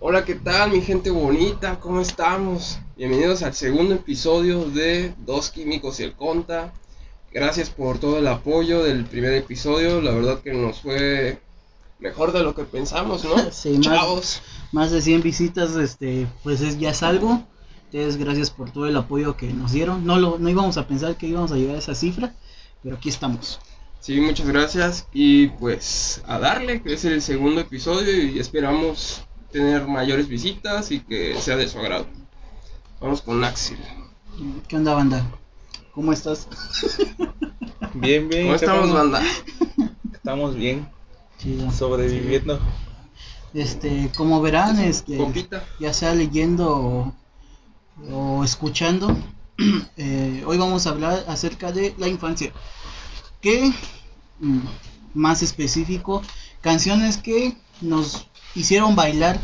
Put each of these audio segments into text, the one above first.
Hola, ¿qué tal mi gente bonita? ¿Cómo estamos? Bienvenidos al segundo episodio de Dos Químicos y el Conta. Gracias por todo el apoyo del primer episodio. La verdad que nos fue mejor de lo que pensamos, ¿no? Sí, más- Chavos. más de 100 visitas, este, pues es, ya es algo. Entonces, gracias por todo el apoyo que nos dieron. No, lo, no íbamos a pensar que íbamos a llegar a esa cifra, pero aquí estamos. Sí, muchas gracias. Y pues a darle, que es el segundo episodio y esperamos tener mayores visitas y que sea de su agrado. Vamos con Axel. ¿Qué onda, banda? ¿Cómo estás? Bien, bien. ¿Cómo estamos, cabrón. banda? Estamos bien, Chido. sobreviviendo. Este, como verán, este, Copita. ya sea leyendo o, o escuchando, eh, hoy vamos a hablar acerca de la infancia. Que, mm, más específico, canciones que nos hicieron bailar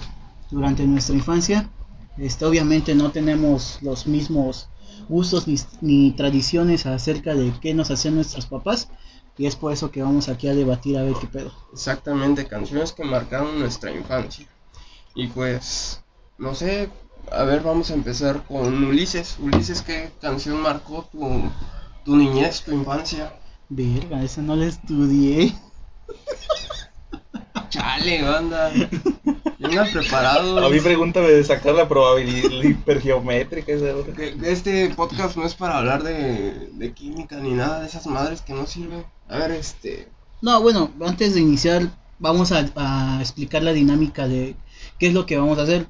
durante nuestra infancia. Este, obviamente no tenemos los mismos gustos ni, ni tradiciones acerca de qué nos hacían nuestros papás. Y es por eso que vamos aquí a debatir a ver qué pedo. Exactamente, canciones que marcaron nuestra infancia. Y pues, no sé, a ver, vamos a empezar con Ulises. Ulises, ¿qué canción marcó tu, tu niñez, tu infancia? Verga, esa no la estudié. Chale, banda. Yo me he A preparado. mí pregúntame de sacar la probabilidad hipergeométrica. esa hora. Que- que Este podcast no es para hablar de, de química ni nada de esas madres que no sirven. A ver, este. No, bueno, antes de iniciar, vamos a, a explicar la dinámica de qué es lo que vamos a hacer.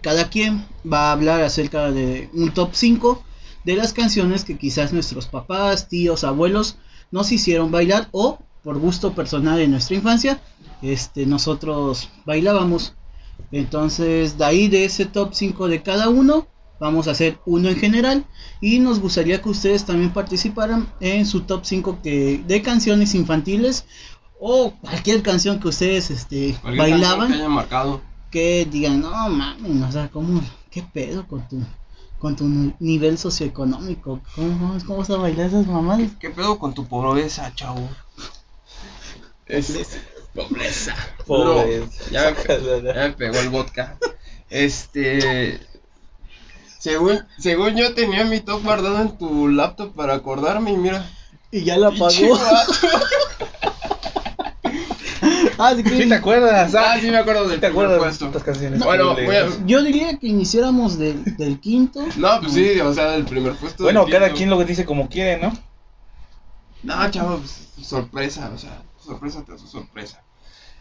Cada quien va a hablar acerca de un top 5 de las canciones que quizás nuestros papás, tíos, abuelos nos hicieron bailar o por gusto personal en nuestra infancia, este, nosotros bailábamos. Entonces, de ahí de ese top 5 de cada uno, vamos a hacer uno en general y nos gustaría que ustedes también participaran en su top 5 que, de canciones infantiles o cualquier canción que ustedes este, cualquier canción bailaban Que haya marcado. que digan, no mames, o sea, ¿cómo, qué pedo con tu, con tu ni- nivel socioeconómico? ¿Cómo, vamos- cómo vas a bailar esas mamadas? ¿Qué pedo con tu pobreza, chavo? Es pobreza. Pobreza. Ya me pe- ya me pegó el vodka. Este. Según, según yo tenía mi top guardado en tu laptop para acordarme y mira. Y ya la pinche pagó. vato. Ah, sí que- ¿Sí te acuerdas? Ah, sí me acuerdo del ¿Te primer acuerdas de puesto. estas canciones? Bueno, horribles? voy a- Yo diría que iniciáramos del- del quinto. No, pues sí, o sea, del primer puesto. Bueno, del cada quinto. quien lo dice como quiere, ¿no? No, chavo, pues, sorpresa, o sea, sorpresa tras sorpresa.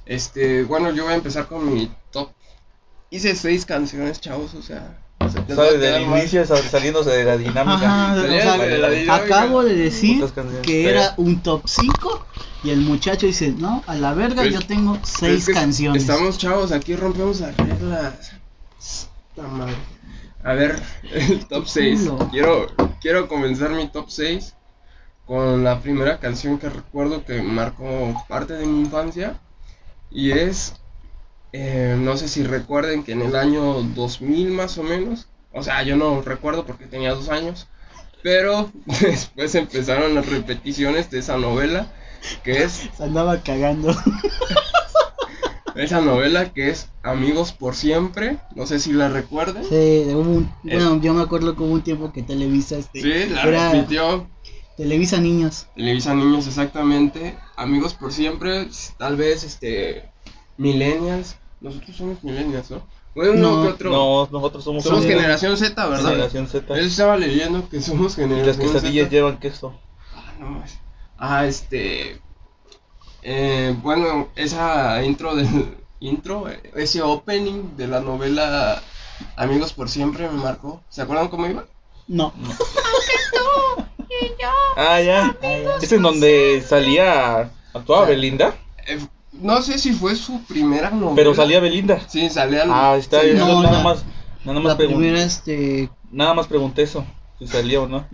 Este, bueno, yo voy a empezar con mi top. Hice seis canciones, chavos, o sea. se te va a Sabe, del quedar mal. inicio sal- saliéndose de la dinámica. Ajá, o Sería sea, el de la dinámica. acabo de decir Putas canciones que feas. era un top 5 y el muchacho dice, no, a la verga Pues Es- yo tengo Es 6 que canciones. Estamos chavos, aquí rompemos las reglas. Esta madre. A ver, el top 6. culo. Quiero, quiero comenzar mi top 6 con la primera canción que recuerdo que marcó parte de mi infancia. Y es, eh, no sé si recuerden que en el año 2000 más o menos, o sea, yo no recuerdo porque tenía dos años, pero después empezaron las repeticiones de esa novela, que es Se andaba cagando. esa novela que es Amigos por Siempre, no sé si la recuerden. Sí, Sí, hubo un- Es- bueno, yo me acuerdo que hubo un tiempo que Televisa, este, la era- repitió Televisa Niños. Televisa Niños exactamente. Amigos por Siempre, tal vez este millennials, nosotros somos millennials, ¿no? Bueno, uno No, que otro. No, nosotros somos, somos sí. generación Z, ¿verdad? generación Z. Él estaba leyendo que somos Y las generación quesadillas Z. llevan queso. Ah, no más. Ah, este eh, bueno, esa intro del intro, eh, ese opening de la novela Amigos por Siempre me marcó. ¿Se acuerdan cómo iba? No. Ah, ya. Ah, ya. ¿Es en donde salía, actuaba Belinda? Eh, no sé si fue su primera novela. Pero salía Belinda. Sí, salía. Ah, está salía- bien. No, nada la- más, nada más La pregun- primera, este, nada más pregunté eso, si salía o no.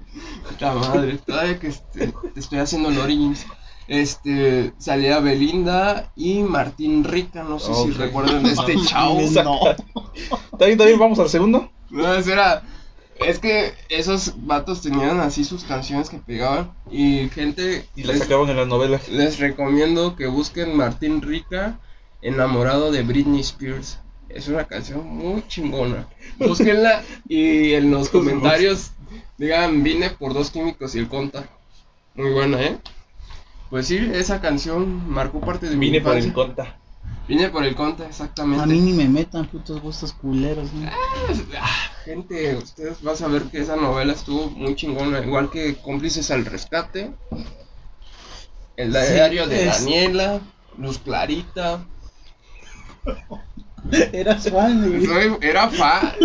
Puta madre, todavía que este, te estoy haciendo el Origins. Este, salía Belinda y Martín Rica, no sé si Ok. recuerdan de este chavo. no. Está bien, está bien, vamos al segundo. No, eso era- Es que esos vatos tenían así sus canciones que pegaban. Y gente, Y la les- sacaban en las novelas. les recomiendo que busquen Martín Rica, enamorado de Britney Spears. Es una canción muy chingona. Búsquenla y en los comentarios digan, vine por dos químicos y el conta. Muy buena, ¿eh? Pues sí, esa canción marcó parte de mi Vine por infancia. el conta. Vine por el conta, exactamente. A mí ni me metan putos gustos culeros. ¿no? Ah, Gente, ustedes van a ver que esa novela estuvo muy chingona, igual que Cómplices al Rescate, El Sí, Diario de es- Daniela, Luz Clarita. Eras fan, güey. Soy- era fa.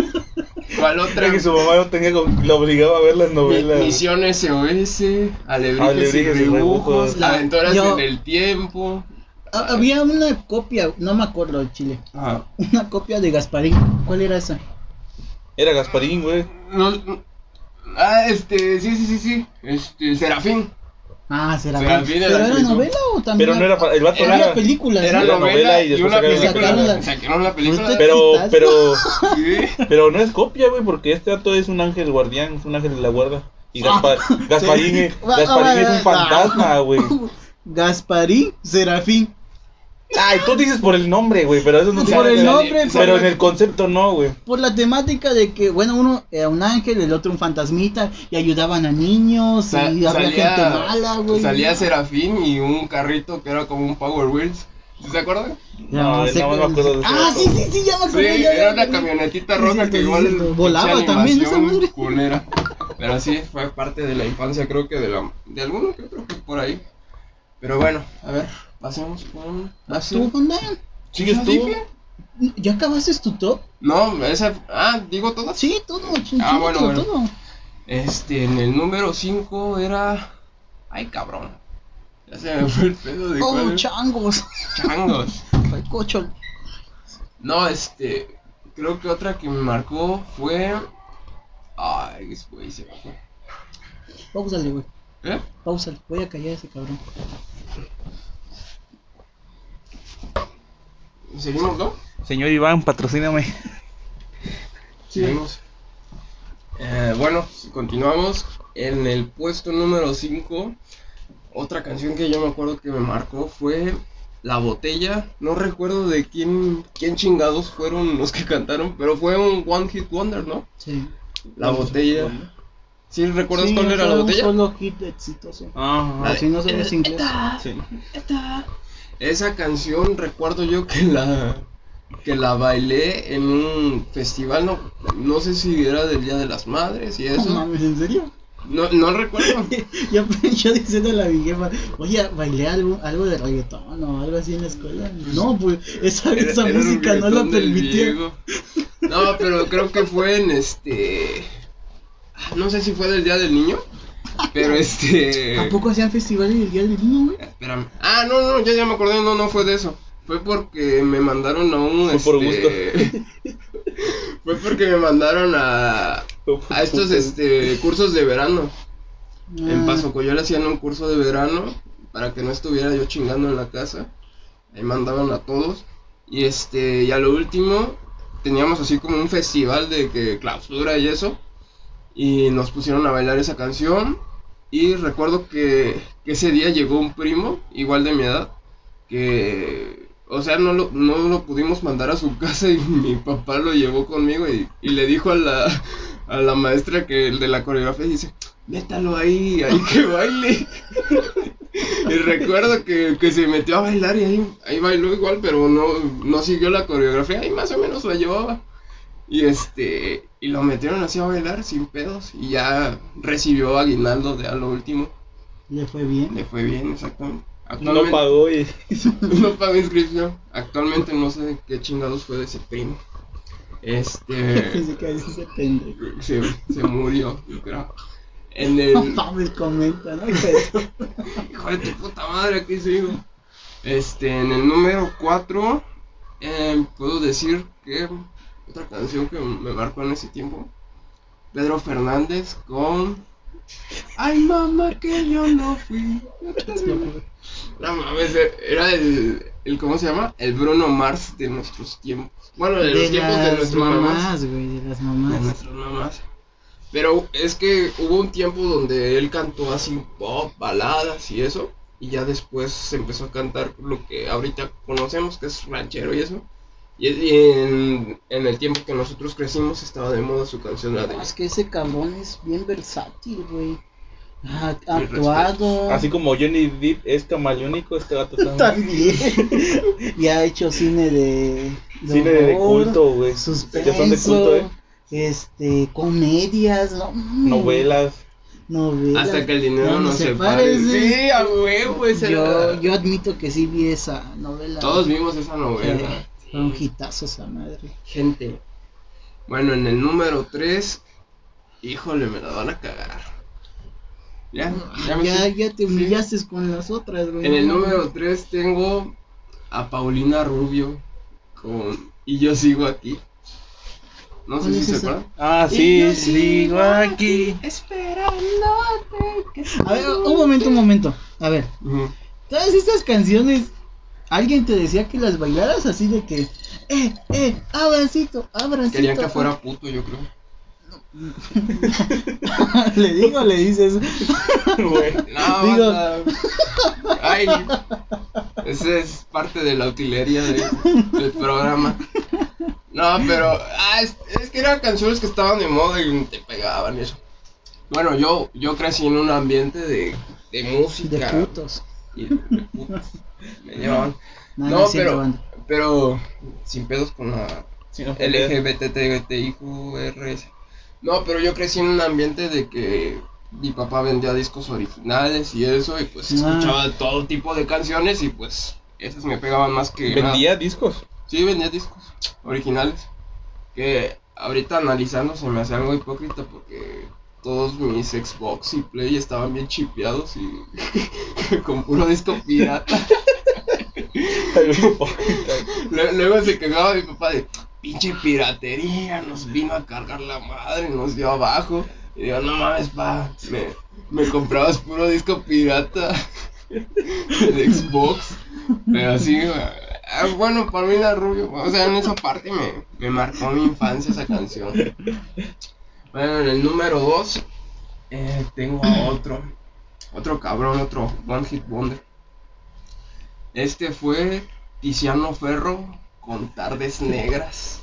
¿Cuál otra? Creo que su mamá lo tenía con- lo obligaba a ver las Mi- novelas. Misión SOS, Alebrijes y Alebrijes y Dibujos, Dibujos. La- Aventuras yo- en el Tiempo. Ha- Ah, Había una copia, no me acuerdo de Chile. Ah, Una copia de Gasparín. ¿Cuál era esa? Era Gasparín, güey. no- no- ah, este, sí, sí, sí, sí. Este, Serafín. Ah, será. Serafín ¿Pero era era Jesús. novela o también? Pero no era fa- el vato Había era- películas. Era ¿no? la novela novela y y después una sacaron la película. película. Sacaron la película. Pero- Pero, Quitas. pero, Sí. pero no es copia, güey, porque este dato es un ángel guardián, es un ángel de la guarda. Y Gaspar, Gasparín, es- Ah, Va- Gasparín va- es un va- fantasma, güey. Gasparín, Serafín. Ay, tú dices por el nombre, güey, pero eso no Por tiene el nada que- nombre, por Pero la- en el concepto no, güey. Por la temática de que, bueno, uno era un ángel, el otro un fantasmita, y ayudaban a niños, Sa- y había gente mala, güey. salía Serafín y un carrito que era como un Power Wheels. ¿Sí se acuerdan? Ya, No, sé no me cuál- acuerdo de ese Ah, vato. sí, sí, sí, ya me Sí, acordé. ya, era ya, una ya. camionetita Sí, roja sí, que sí, igual sí, sí, volaba pinche también esa animación madre. culera. Pero sí, fue parte de la infancia, creo que de la de alguno que otro que por ahí. Pero bueno, a ver, pasemos con ¿Vas tú, Condán? ¿Sigues ¿Sigues tú? tú? ¿Ya acabaste tu top? No, esa ah, digo todas. Sí, todo, ching, Ah, bueno, todo, bueno. todo. Este, en el número 5 era ay, cabrón. Ya se me fue el pedo de cuál Oh, era. changos. changos. Ay, cocho. No, este, creo que otra que me marcó fue. Ay, güey, se me fue. Pausale, güey. ¿Eh? Pausale. Voy a callar a ese cabrón. ¿Seguimos, no? Señor Iván, patrocíname. Seguimos. Eh, bueno, continuamos. En el puesto número 5, otra canción que yo me acuerdo que me marcó fue La Botella. No recuerdo de quién, quién chingados fueron los que cantaron, pero fue un One Hit Wonder, ¿no? Sí. La Botella. ¿Sí recuerdas Sí, cuál era la fue un botella? Ah, Solo hit exitoso. Eh, Ajá. Ay. Así no sabes inglés. Ah, Sí. Esa canción recuerdo yo que la que la bailé en un festival, no, no sé si era del Día de las Madres y No eso. mames, ¿en serio? No, no recuerdo. Yo, yo diciendo a mi jefa, oye, bailé algo, algo de reggaetón o algo así en la escuela. No, pues esa, Era- esa era un música no la reggaetón del permitía. Diego. No, pero creo que fue en este ah, no sé si fue del Día del Niño, pero este ¿Tampoco hacían festivales el día del niño, güey? Espérame. Ah, no, no, ya, ya me acordé, no, no fue de eso. Fue porque me mandaron a un. este, Fue por fue porque me mandaron a. A estos este, cursos de verano. En Ah, Paso Coyol hacían un curso de verano para que no estuviera yo chingando en la casa. Ahí mandaban a todos. Y este, y a lo último, teníamos así como un festival de que clausura y eso. Y nos pusieron a bailar esa canción. Y recuerdo que, que ese día llegó un primo, igual de mi edad, que, o sea, no lo, no lo pudimos mandar a su casa y mi papá lo llevó conmigo y, y le dijo a la, a la maestra que el de la coreografía dice, métalo ahí, ahí que baile. y recuerdo que, que se metió a bailar y ahí, ahí bailó igual, pero no, no siguió la coreografía y más o menos la llevaba. Y este, y lo metieron así a bailar sin pedos y ya recibió aguinaldo de a lo último. Le fue bien. Le fue bien, exactamente. No lo Actualmente- pagó y. no pago inscripción. Actualmente no sé qué chingados fue de ese primo. Este. Pensé que así se pendejo. se, se murió, yo creo. En No el. mames, comenta, ¿no? Pero- Hijo de tu puta madre, aquí sigo. Este, en el número 4, puedo decir que otra canción que me marcó en ese tiempo. Pedro Fernández con. Ay, mamá, que yo no fui. No mames, era el, el. ¿Cómo se llama? El Bruno Mars de nuestros tiempos. Bueno, de, los tiempos de las nuestras mamás. mamás, güey, de las De mamás. nuestras mamás. Pero es que hubo un tiempo donde él cantó así pop, baladas y eso. Y ya después se empezó a cantar lo que ahorita conocemos, que es ranchero y eso. Y, y en, en el tiempo que nosotros crecimos estaba de moda su canción, la de... Es que ese cabrón es bien versátil, güey. Ha ha Mis actuado. Así como Johnny Depp es camaleónico, este gato también. También. y ha hecho cine de. Cine de horror, culto, güey. Suspenso. Que son de culto, eh. Este, comedias, no, mames. Novelas. Novelas. Hasta que el dinero No no, nos se separe, pare. sí. Sí, a huevo, esa yo, era- yo admito que sí vi esa novela. Todos vimos esa novela. Eh, Fue un hitazo esa madre. Gente. Bueno, en el número 3, híjole, me la van a cagar. Ya, ya me Ya, estoy- ya te humillaste con las otras, güey. En el número 3 tengo a Paulina Rubio con Y yo sigo aquí. No sé ¿Cuál si es se esa? acuerdan. Ah, Y yo sí, sigo aquí. A ver, un momento, un momento. A ver, todas estas canciones, alguien te decía que las bailaras así de que, eh, eh, abracito, abracito. Querían que fuera puto, yo creo. le digo, le dices. güey. No, Digo- banda. Ay, esa es parte de la utilería de- del programa. No, pero ah, es, es que eran canciones que estaban de moda y te pegaban eso. Bueno, yo, yo crecí en un ambiente de, de De música. putos. Y de putos. Me llevaban. No, No, no es cierto, pero- banda. Pero sin pedos con la Sí, no, LGBTIQRS. No, pero yo crecí en un ambiente de que mi papá vendía discos originales y eso, y pues Ah. escuchaba todo tipo de canciones y pues esas me pegaban más que... nada. Vendía discos. Sí, vendía discos originales. Que ahorita analizando se me hace algo hipócrita porque todos mis Xbox y Play estaban bien chipeados y con puro disco pirata. Lue- Luego se quejaba mi papá de pinche piratería, nos vino a cargar la madre, nos dio abajo. Y digo, no mames, pa, me, me comprabas puro disco pirata de Xbox. Pero así, ah, bueno, para mí la rubio, o sea, en esa parte me, me marcó mi infancia esa canción. Bueno, en el número 2 tengo a otro, otro cabrón, otro One Hit Wonder. Este fue Tiziano Ferro con Tardes Negras.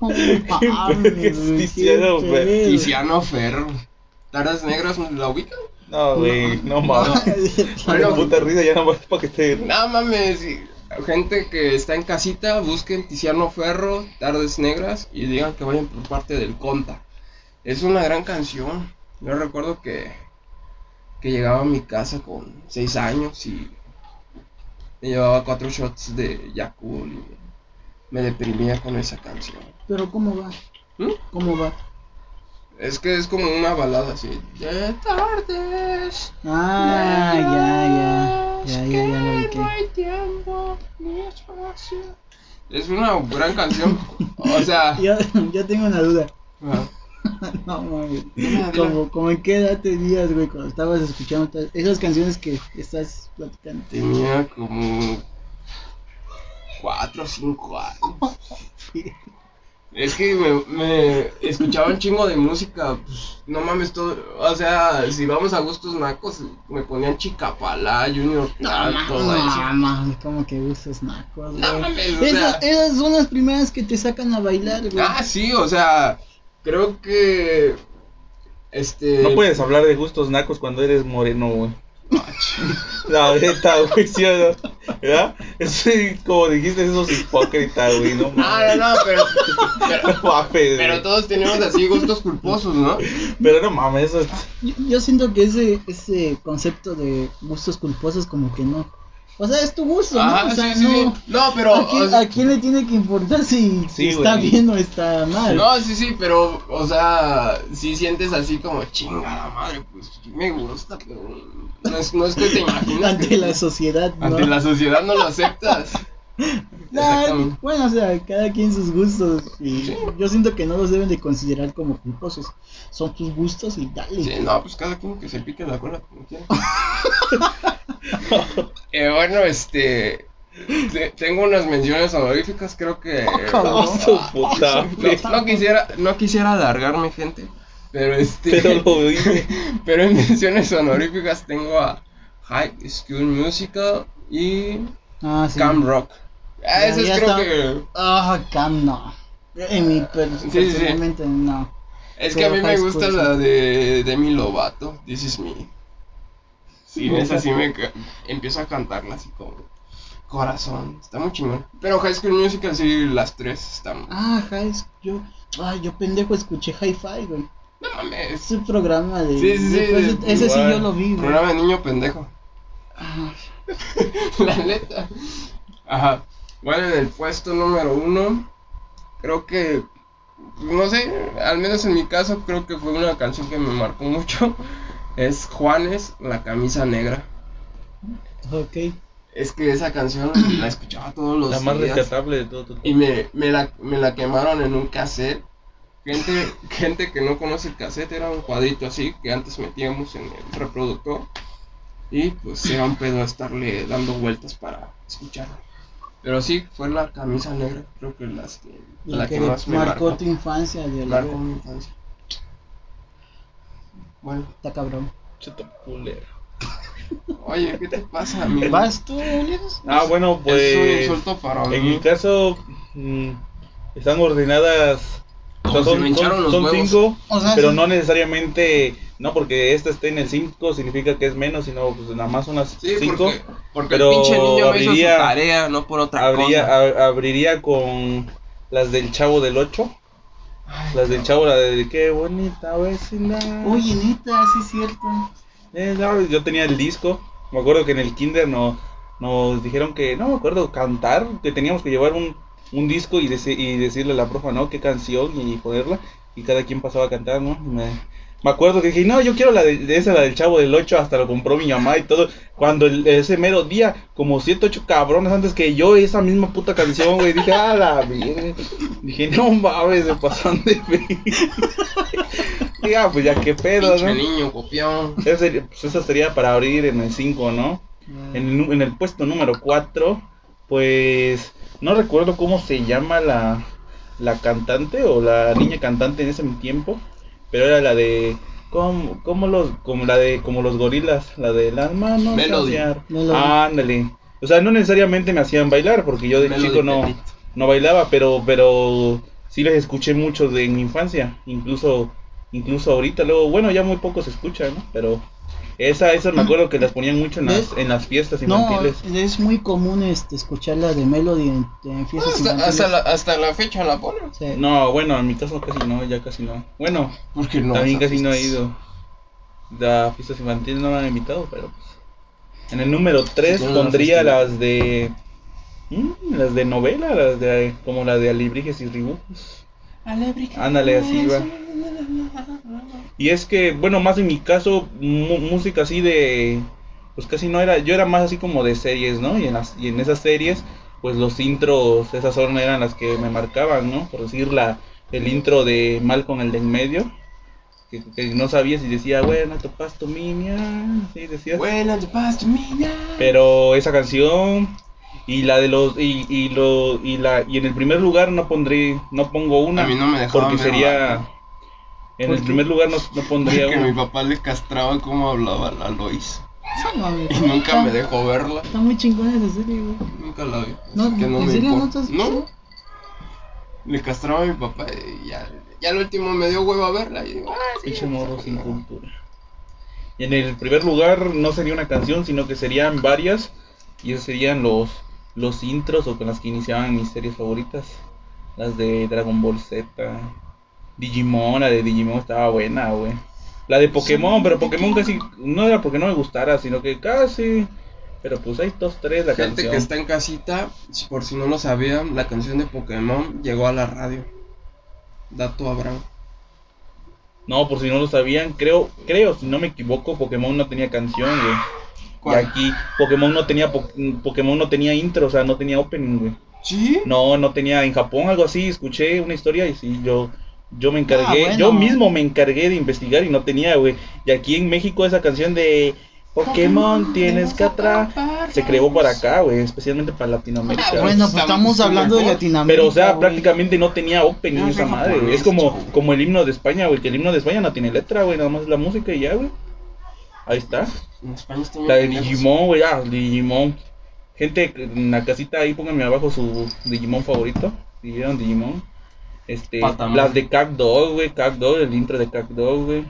No mames, güey, Tiziano, qué güey. pedo. Tiziano Ferro. Tardes Negras, ¿no ¿la ubican? No, güey, no mames. Bueno, La puta risa ya nomás para que te. No mames. y- Gente que está en casita, busquen Tiziano Ferro, Tardes Negras y digan que vayan por parte del Conta. Es una gran canción. Yo recuerdo que, que llegaba a mi casa con 6 años y me llevaba 4 shots de Yakul y me deprimía con esa canción. Pero ¿cómo va? ¿Mm? ¿Cómo va? Es que es como una balada así. De tardes. Ah, ya, ya. Ya, ya, que ya lo no ubiqué. hay tiempo ni espacio. Es una gran canción. O sea, Yo, yo tengo una duda. ah, No mames. Dila, dila. Como, como en qué edad tenías, güey, cuando estabas escuchando todas esas canciones que estás platicando. tenía como 4 o 5 años. Es que me, me escuchaba un chingo de música. pues, no mames, todo. O sea, si vamos a gustos nacos, me ponían Chicapalá, Junior Ah, Clan, todo eso. no mames, como que gustos nacos, güey. No mames, o Esa- sea- esas son las primeras que te sacan a bailar, güey. Ah, sí, o sea, creo que. Este. No puedes hablar de gustos nacos cuando eres moreno, güey. La neta, güey, sí, o no? ¿verdad? Es como dijiste, esos hipócritas, güey, no No, no, mames. no, pero. Pero, No mames, pero güey. todos tenemos así gustos culposos, ¿no? Pero no mames, eso es- Yo, yo siento que ese, ese concepto de gustos culposos como que no. O sea, es tu gusto, Ajá, ¿no? O sea, Ah, sí, sí, no. sí. No, pero. ¿A, quién, o sea, a quién le tiene que importar si Sí, está güey. bien o está mal? No, sí, sí, pero, o sea, si sientes así como chingada madre, pues sí me gusta, pero no es, no es que te imaginas. Ante que- la sociedad, ¿no? ante la sociedad no lo aceptas. No, Exactamente. bueno, o sea, cada quien sus gustos. Y Sí. yo siento que no los deben de considerar como culposos. Son tus gustos y dale. Sí, no, pues cada quien que se pique la cola como quiera. Eh, bueno, este. te- tengo unas menciones honoríficas, creo que. cabrón. no, su puta. güey. no quisiera, no quisiera alargarme, gente. Pero este. Pero lo dije. pero en menciones honoríficas tengo a High School Musical y Ah, sí. Cam Rock. Ah, eso Ya es creo está. que. Ah, Cam, no. En mi per- Sí, sí, sí. personalmente, no. Es que a mí Pero me High gusta School la de Demi Lovato, This Is Me. Sí, esa sí me ca- empiezo a cantarla así como corazón, está muy chingón. Pero High School Musical sí las tres están. Ah, High School- yo, ah, yo pendejo escuché Hi-Fi, güey. No mames. Es un programa de. Sí, sí, sí, de- ese- ese sí igual. yo lo vi, güey. Programa de niño pendejo. Ah, La neta. Ajá. Bueno, en el puesto número uno, creo que, no sé, al menos en mi caso, creo que fue una canción que me marcó mucho. Es Juanes, La Camisa Negra. ok. Es que esa canción la escuchaba todos los La más días. rescatable de todo. todo. Y me, me, la, me la quemaron en un cassette. Gente, gente que no conoce el cassette era un cuadrito así que antes metíamos en el reproductor. Y pues era un pedo estarle dando vueltas para escucharlo. Pero sí, fue la camisa negra, creo que las que, La, la que, que, más me marcó, marcó. tu infancia de la Marcó mi infancia. Bueno, Está cabrón. Cheto culero. oye, ¿qué te pasa, amigo? ¿Vas tú, Ulises? Ah, bueno, pues. Es un insulto para mí. En mi caso, mm, están ordenadas. o sea, Como si me son hincharon los son, son huevos. cinco, O sea, pero sí. no necesariamente. No, porque esta esté en el 5 significa que es menos, sino pues nada más unas Sí, 5. porque, porque el pero pinche niño me hizo su abriría- tarea, no por otra Habría, cosa. a- abriría con las del Chavo del 8. Ay, Las del Chavo, la de qué bonita vecindad. Oye, neta, sí es cierto. Eh, no, yo tenía el disco. Me acuerdo que en el kinder no, nos dijeron que, no me acuerdo, cantar, que teníamos que llevar un, un disco y, deci- y decirle a la profa, ¿no? ¿Qué canción? Y ponerla. Y cada quien pasaba a cantar, ¿no? Me, me acuerdo que dije, no, yo quiero la de, de esa, la del Chavo del 8, hasta lo compró mi mamá y todo. Cuando el- ese mero día, como 7, 8 cabrones antes que yo, esa misma puta canción, güey, dije, ah, la bien. Dije, no mames, se pasan de Diga, pues ya qué pedo, Pinche ¿no? niño copión. Esa sería, pues esa sería para abrir en el 5, ¿no? En Eh, el, nu- en el puesto número 4, pues no recuerdo cómo se llama la, la cantante o la niña cantante en ese tiempo, pero era la de como, como los como la de como los gorilas, la de las manos Melody. hacia- Melody. Ándale. O sea, no necesariamente me hacían bailar porque yo de Melody chico no Petit. no bailaba, pero pero sí les escuché mucho de mi infancia, incluso incluso ahorita luego, bueno, ya muy poco se escucha, ¿no? Pero esa esa me acuerdo que las ponían mucho en las, en las fiestas No, infantiles. es muy común este, escuchar la de Melody en, en fiestas Hasta, infantiles. hasta la, hasta la fecha la ponen. Sí. Pues, No, bueno, en mi caso casi no, ya casi no. Bueno, Porque no. también o sea, casi no he sí, ido. La fiestas infantiles no me han invitado, pero pues. En el número 3 tienen una pondría fiesta. las de. mm, las de novela, las de. como la de Alibrijes y Ribujos. Ándale, así va. Y es que, bueno, más en mi caso, mu- música así de. Pues casi no era. Yo era más así como de series, ¿no? Y en, las, y en esas series, pues los intros, esas son eran las que me marcaban, ¿no? Por decir la, el intro de Malcolm, el de en medio. Que, que no sabía si decía, bueno, topas tu minia. Sí, decías. Bueno, te paso, mira. Pero esa canción. Y la de los. Y, y, lo, y, la, y en el primer lugar no pondré. No pongo una. A mí no me dejaban Porque ver sería. Malcolm. En ¿Por el qué? primer lugar no, no pondría Que mi una. papá le castraba cómo hablaba la Lois. Sí, mami. Y nunca me Está- dejó verla. Está muy chingona esa serie, güey. Nunca la vi. así No, que no ¿en me serio no importa. te has No. visto? Le castraba a mi papá y ya, ya al último me dio huevo a verla. Y digo, ah, sí. Pinche morro sin cultura. Y en el primer lugar no sería una canción, sino que serían varias. Y esos serían los, los intros o con las que iniciaban mis series favoritas. Las de Dragon Ball Z. Digimon, la de Digimon estaba buena, güey. La de Pokémon, pero Pokémon casi no era porque no me gustara, sino que casi. Pero pues hay dos, tres la Gente canción. que está en casita, si- por si no lo sabían, la canción de Pokémon llegó a la radio. Dato Abraham. No, por si no lo sabían, creo, creo, si no me equivoco, Pokémon no tenía canción, güey. Y ¿Cuál? aquí Pokémon no tenía po- Pokémon no tenía intro, o sea, no tenía opening, güey. ¿Sí? No, no tenía en Japón algo así, escuché una historia y sí, yo yo me encargué, Ah, bueno. yo mismo me encargué de investigar y no tenía, güey. Y aquí en México esa canción de Pokémon tienes que atrapar se creó para acá, güey, especialmente para Latinoamérica. Ah, Bueno, pues Está- estamos está hablando de mejor. Latinoamérica. Pero, o sea, güey. prácticamente no tenía opening No, esa no, madre, no, güey. Es no, como, no. como el himno de España, güey, que el himno de España no tiene letra, güey, nada más la música y ya, güey. Ahí está. En España está La de bien lejos. Digimon, güey, ah, Digimon. Gente, en la casita ahí pónganme abajo su Digimon favorito. Si vieron Digimon. Este, Patamon. las de Cagdog, güey. Cagdog, el intro de Cagdog, güey.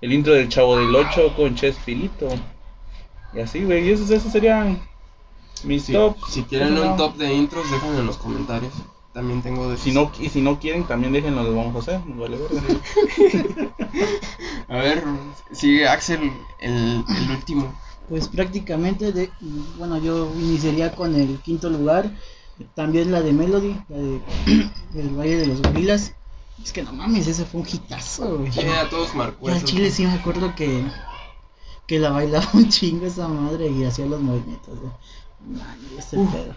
El intro del Chavo del 8 con Chespirito. Y así, güey. Y esos, esos serían mis Si, top. si quieren No. un top de intros, déjenlo en los comentarios. También tengo de Si no, y si no quieren, también déjenlo de Juan José. nos Vale, verga. A ver, sigue Axel el, el último. Pues prácticamente, de, bueno, yo iniciaría con el quinto lugar. También la de Melody, la de El Valle de los Gorilas. Es que no mames, ese fue un hitazo, güey. Sí, a todos marcó. Yo al eso. chile sí me acuerdo que, que la bailaba un chingo esa madre y hacía los movimientos. güey. Man, ese pedo.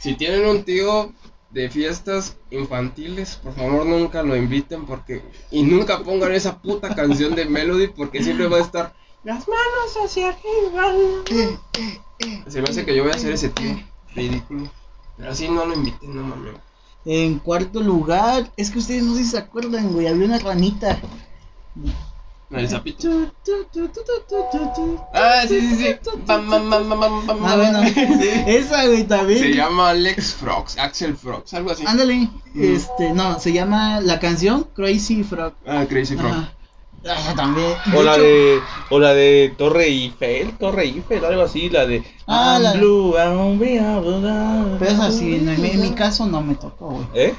Si tienen un tío de fiestas infantiles, por favor nunca lo inviten porque y nunca pongan esa puta canción de Melody porque siempre va a estar las manos hacia arriba. Se me hace que yo voy a ser ese tío ridículo. Pero así no lo inviten, no mames. En cuarto lugar, es que ustedes no sé si se acuerdan, güey, había una ranita. El sapito. Tu, tu, tu, tu, tu, tu, tu, tu. Ah, sí, sí, sí. Pam, pam, pam, pam, pam, pam, Ah, bueno, Eh, Sí. esa, güey, también. Se llama Alex Frogs, Axel Frogs, algo así. Ándale, este, no, se llama la canción Crazy Frog. Ah, Crazy Frog. Ajá. Ah, también. O la hecho, de, o la de Torre Eiffel, Torre Eiffel, algo así, la de Ah, I'm la- blue, I'm blue, blue, blue. Pero es así, en, mi- en mi caso no me tocó, güey. ¿Eh?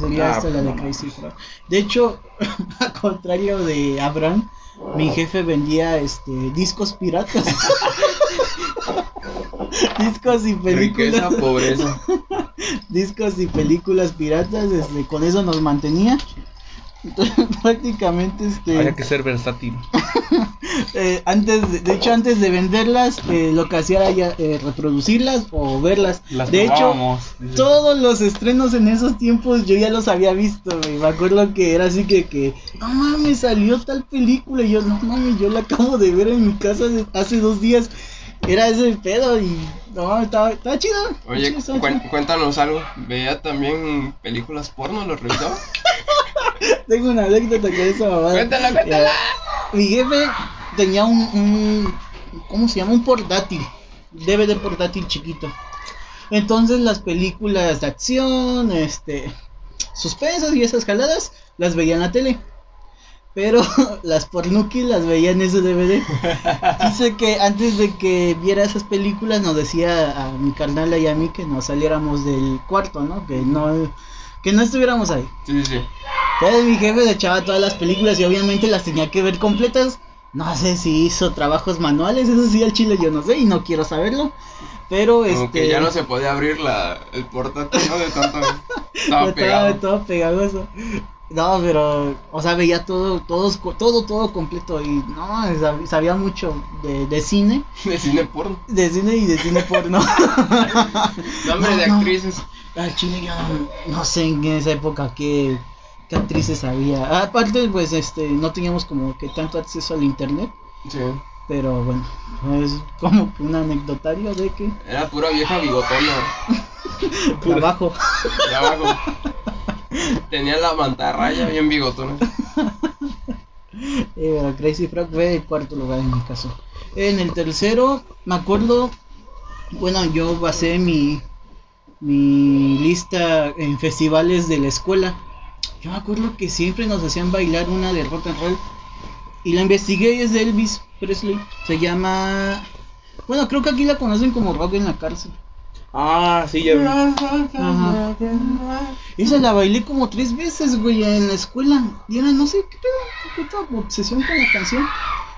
Sería Ah, esta la de no Crazy Frog. De hecho, al contrario de Abraham, mi jefe vendía este discos piratas. discos y Riqueza, películas. pobreza. discos y películas piratas, este, con eso nos mantenía. Entonces, prácticamente este Había que ser versátil. eh, antes de, de hecho antes de venderlas eh, lo que hacía era ya, eh, reproducirlas o verlas Las de hecho probábamos, dice. todos los estrenos en esos tiempos yo ya los había visto güey. me acuerdo que era así que que no mames salió tal película y yo no mames yo la acabo de ver en mi casa de- hace dos días era ese pedo y no mames, estaba, estaba chido Oye, estaba chido, estaba cuen- chido. cuéntanos algo. ¿Veía también películas porno? ¿Los revisaba? tengo una anécdota con esa mamada Cuéntala, cuéntala. Ya, mi jefe tenía un, un ¿cómo se llama? un portátil DVD portátil chiquito entonces las películas de acción este suspensas y esas jaladas las veía en la tele pero las pornuki las veía en ese DVD. Dice que antes de que viera esas películas nos decía a mi carnal y a mí que nos saliéramos del cuarto, ¿no? Que no, que no estuviéramos ahí. Sí, sí, sí. Entonces mi jefe se echaba todas las películas y obviamente las tenía que ver completas. No sé si hizo trabajos manuales, eso sí al chile yo no sé y no quiero saberlo. Pero Como este que ya no se podía abrir la, el portátil, ¿no? De tanto. ya Estaba estaba pegado. todo pegajoso. No, pero o sea, veía todo todos co- todo todo completo y no sab- sabía mucho de, de cine, De cine porno. de cine y de cine porno. Nombre No, de no. actrices. Al chile yo no, no sé en esa época qué, qué actrices había. Aparte pues este no teníamos como que tanto acceso al internet. Sí. Pero bueno, es como que un anecdotario de que Era pura vieja bigotona. trabajo. De abajo. Tenía la mantarraya bien bigotona. Eh, pero Crazy Frog fue el cuarto lugar en mi caso. En el tercero, me acuerdo, bueno, yo basé mi, mi lista en festivales de la escuela. Yo me acuerdo que siempre nos hacían bailar una de rock and roll. Y la investigué y es de Elvis Presley. Se llama... Bueno, creo que aquí la conocen como rock en la cárcel. Ah, sí, ya vi. Ajá. Esa la bailé como tres veces, güey, en la escuela. Y era, no sé, qué pedo, qué puta obsesión con la canción.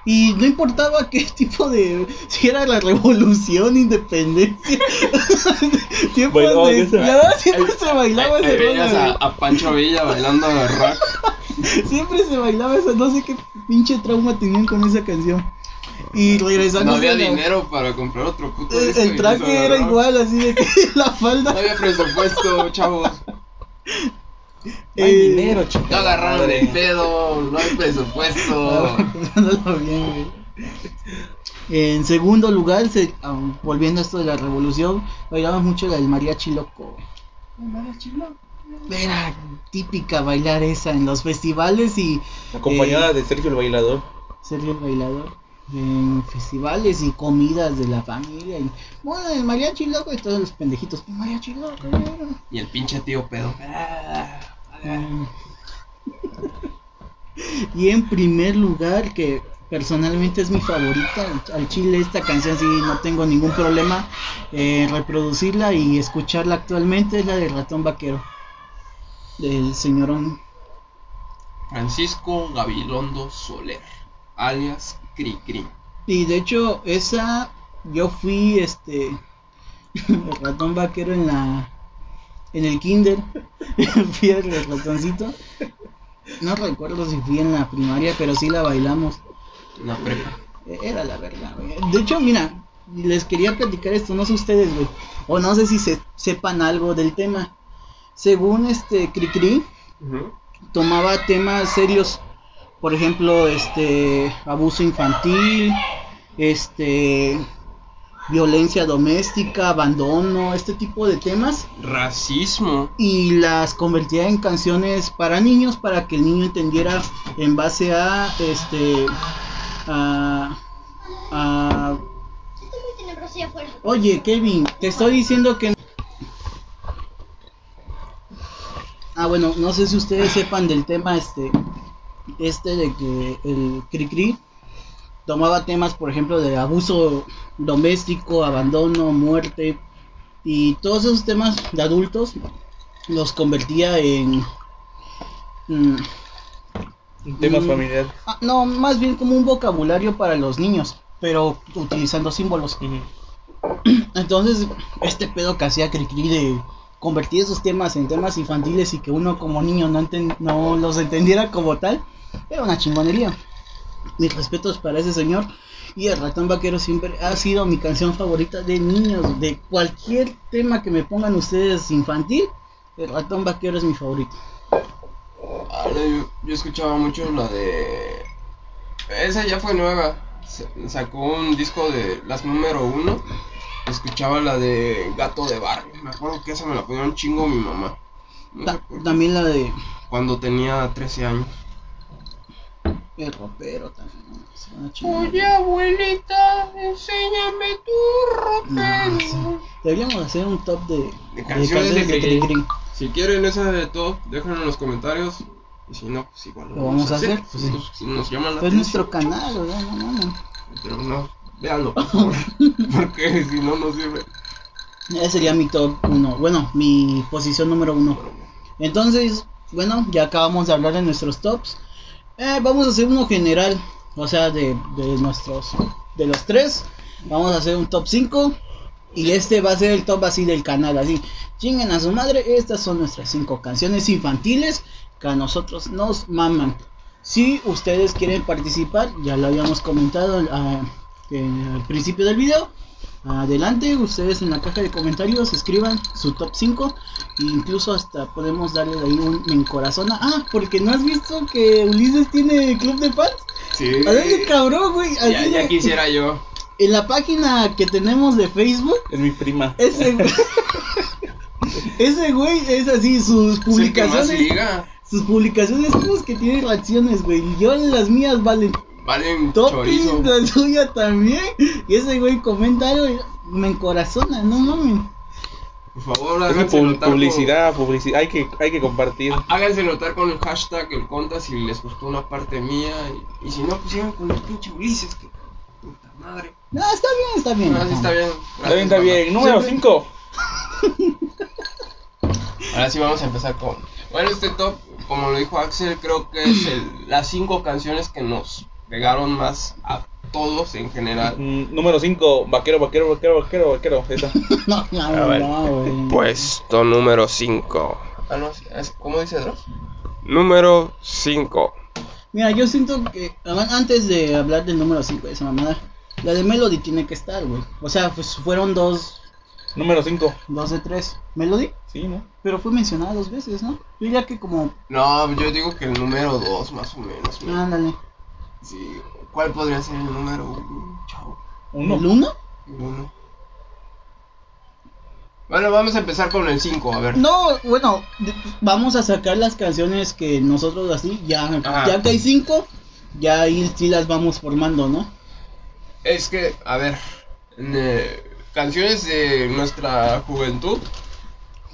Y no importaba qué tipo de. Si era la revolución, independencia. siempre, Bailaba se, esa. la verdad, siempre se bailaba Ahí ese veías rollo, a, güey. a Pancho Villa bailando de rock. Siempre se bailaba esa. No sé qué pinche trauma tenían con esa canción. Y regresando. No había a la- dinero para comprar otro puto. El, disco Eh, el y hizo traje de era rock. igual, así de que la falda. No había presupuesto, chavos. No hay eh, dinero, chica. No agarraron madre. Eh. el pedo, no hay presupuesto. Pensándolo bien, güey. En segundo lugar, se- aun volviendo a esto de la revolución, bailaba mucho la del mariachi loco. Era típica bailar esa en los festivales y Acompañada de Sergio el bailador. Sergio el bailador. en festivales y comidas de la familia. Y, bueno, el mariachi loco y todos los pendejitos. "El Mariachi loco, güey". Y el pinche tío pedo. Mm. Y en primer lugar, que personalmente es mi favorita, al chile esta canción sí no tengo ningún problema eh, reproducirla y escucharla actualmente, es la del ratón vaquero, del señorón. Francisco Gabilondo Soler, alias Cri Cri. Y de hecho, esa yo fui este el ratón vaquero en la en el kinder. fui el ratoncito. No recuerdo si fui en la primaria, pero sí la bailamos. E, Una prepa. Era la verdad, güey. De hecho, mira, les quería platicar esto, no sé ustedes, güey. O no sé si se, sepan algo del tema. Según este Cricri, tomaba temas serios. Por ejemplo, este abuso infantil, este violencia doméstica, abandono, este tipo de temas Racismo. y las convertía en canciones para niños para que el niño entendiera en base a este a, a- Estoy muy tenebroso allá afuera. oye Kevin te estoy diciendo que ah bueno no sé si ustedes sepan del tema este este de que el Cricri tomaba temas por ejemplo de abuso doméstico abandono muerte y todos esos temas de adultos los convertía en mm, Temas Mm. familiares. Ah, No, más bien como un vocabulario para los niños, pero utilizando símbolos. Ujú. Entonces, este pedo que hacía Cricri de convertir esos temas en temas infantiles y que uno como niño no, enten- no los entendiera como tal, era una chingonería. Mis respetos para ese señor. Y el ratón vaquero siempre ha sido mi canción favorita de niños. De cualquier tema que me pongan ustedes infantil, el ratón vaquero es mi favorito. Ahora, yo, yo escuchaba mucho la de. Esa ya fue nueva. se- sacó un disco de las número uno. Escuchaba la de Gato de Barrio. Me acuerdo que esa me la ponía un chingo mi mamá. No sé Ta- por qué. también la de Cuando tenía 13 años. El ropero también. ¿no? Es una chingonería. Oye, abuelita, enséñame tu No, sí. ropero. Deberíamos hacer un top de, De canciones de Cri Cri Cri. Si quieren esa de todo, déjenlo en los comentarios. Y si no, pues igual Lo vamos a hacer, pues Si sí. nos, si nos llaman la Pues atención, nuestro canal, ¿verdad? No, no, no. Pero no, véanlo, por favor. Porque si no, no sirve. Ese sería mi top 1. Bueno, mi posición número 1. Entonces, bueno, ya acabamos de hablar de nuestros tops. Eh, vamos a hacer uno general. O sea, de, de nuestros. De los tres. Vamos a hacer un top 5. Y este va a ser el top así del canal. Así. Chinguen a su madre. Estas son nuestras cinco canciones infantiles. Que a nosotros nos maman. Si ustedes quieren participar, ya lo habíamos comentado ah, en- al principio del video. Adelante, ustedes en la caja de comentarios escriban su top 5. Incluso hasta podemos darle ahí un me encorazona. Ah, porque no has visto que Ulises tiene club de fans. Sí. A ver, cabrón, güey. Así Ya, ya de- quisiera yo. En la página que tenemos de Facebook, Es mi prima. ese güey. ese güey es así, Es sus el que más publicaciones. liga. Sus publicaciones son las que tienen reacciones, güey. y Yo las mías valen Valen Topi, chorizo. la suya también. Y ese güey comenta algo y me encorazona, no mames. Por favor, Es mi háganse pu- notar. publicidad, publicidad. Hay que, hay que compartir. Con, háganse notar con el hashtag el conta si les gustó una parte mía. Y, y si no, pues sigan con el pinche Ulises. Que puta madre. No, está bien, está bien. Ahora Ah, sí está bien. Está bien, Gracias, está mamá. bien. Número Siempre- 5. Ahora sí vamos a empezar con. Bueno, este top, como lo dijo Axel, creo que es el- las cinco canciones que nos pegaron más a todos en general. Mm, Número 5. Vaquero, vaquero, vaquero, vaquero, vaquero. Esa. No, no, A ver. pues. no, güey. Puesto número 5. Ah, no, sí, es- ¿cómo dice Dross? Número 5. Mira, yo siento que a ver, antes de hablar del número 5 de esa mamada, la de Melody tiene que estar, güey. O sea, pues fueron dos, Número 5. dos de tres. Melody, Sí, ¿no? pero fue mencionada dos veces, ¿no? Yo ya que como, No, yo digo que el número dos, más o menos. ¿no? ándale. Sí. ¿Cuál podría ser el número uno? Chao. Uno. ¿El uno? Uno. Bueno, vamos a empezar con el 5, a ver. No, bueno, d- vamos a sacar las canciones que nosotros así, ya, Ajá. ya que hay cinco, ya ahí sí las vamos formando, ¿no? Es que, a ver, eh, canciones de nuestra juventud.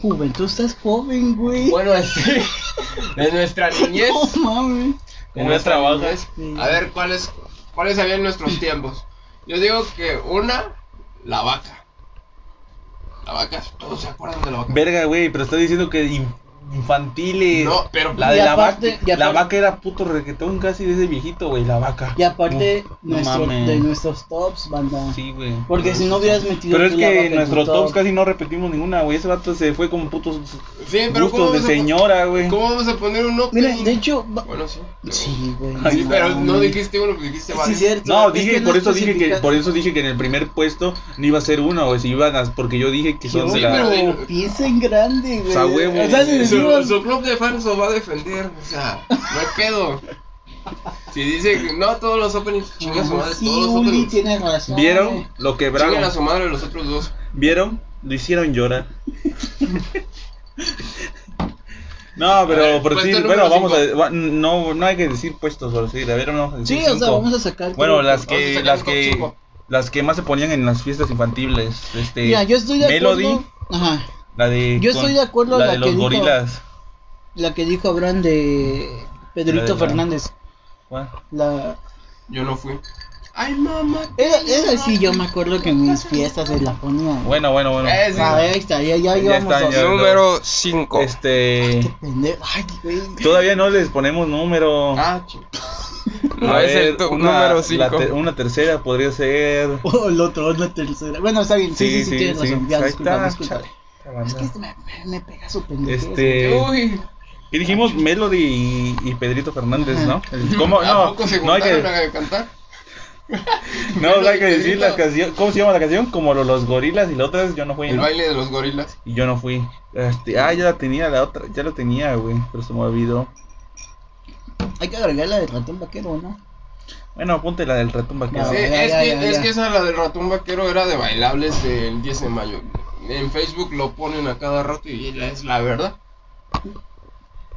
Juventud, estás joven, güey. Bueno, este, de nuestra niñez. No mames. de ¿Cómo nuestra trabajas? niñez. A ver, ¿cuáles, ¿cuáles habían nuestros tiempos? Yo digo que una, la vaca. La vaca, todos se acuerdan de la vaca. Verga, güey, pero está diciendo que in- infantiles. No, pero- la de Y la aparte- vaca. y aparte- La vaca era puto requetón casi desde viejito, güey, la vaca. Y aparte Uf, no nuestro- mames. de nuestros tops, banda. Sí, güey. Porque si no hubieras metido. Pero es tú la vaca que en en tu nuestro top. tops casi no repetimos ninguna, güey. Ese vato se fue como putos Sí, pero ¿cómo gustos vamos, de a, pon- señora, güey. ¿cómo vamos a poner un opening? Mira, de hecho. va- Bueno, sí. pero- Sí, güey. Sí, pero no mames. dijiste uno, pues dijiste Sí, varios. cierto. No, Es que dije, no por eso dije que, especifica- por eso dije que en el primer puesto no iba a ser uno, güey, si iban a, porque yo dije que son Yo, de la- pero- pero Piensa en grande, güey. O sea, huevo. O sea, si Eh, su, decimos- su club de fans lo va a defender, o sea, no hay pedo. Si dice que no todos los openings, chinga a su madre, Sí, todos los Uli openings. tiene razón. ¿Vieron? Chingan Lo a quebraron. su madre los otros dos. ¿Vieron? Lo hicieron llorar. No, A pero ver, por puesto decir, número bueno, vamos a, cinco. va- no, no hay que decir puestos, por decir, a ver, vamos a decir Sí, o sea, cinco. vamos a sacar. Bueno, todo. las Vamos a que, sacar las el top que, cinco. las que más se ponían en las fiestas infantiles, este, Mira, yo estoy de Melody, acuerdo. Ajá. la de, Yo estoy de acuerdo a la la de que los dijo- gorilas, La que dijo Abraham de La Pedrito de la- Fernández. ¿Cuál? La... Yo no fui. Ay, mamá. Era, era así, yo me acuerdo que en mis fiestas se la ponían. bueno, bueno, bueno, Eh, sí. A ver, ahí está, ya, ya, Ya íbamos está, a- ya. número 5. este, Pendejo. Ay, güey. Todavía no les ponemos número. Ah, ching. No A es ver, el tu- una- número la te- 5. una tercera podría ser. O Oh, el otro, la tercera. Bueno, está bien, sí, sí, sí, tienes razón. Ya, Ahí disculpa, está, disculpa. chale, Es que banda. este me, me pega su pendejo. Este. Uy, Y dijimos Melody y, y Pedrito Fernández, ¿no? El- ¿Cómo? ¿a No, poco se no hay que, juntaron a cantar? no hay que Melody y decir la Pedrito? canción. ¿Cómo se llama la canción? Como lo- los gorilas y la otra es Yo no fui. El ¿no? baile de los gorilas. Y yo no fui. Este, ah, ya la tenía, la otra. Ya la tenía, güey. Pero se me olvidó. Hay que agregar la del ratón vaquero, ¿no? Bueno, apunte la del ratón vaquero. No, Sí, ya, es, ya, que, ya, es ya. que esa la del ratón vaquero era de bailables del 10 de mayo. En Facebook lo ponen a cada rato y es la verdad.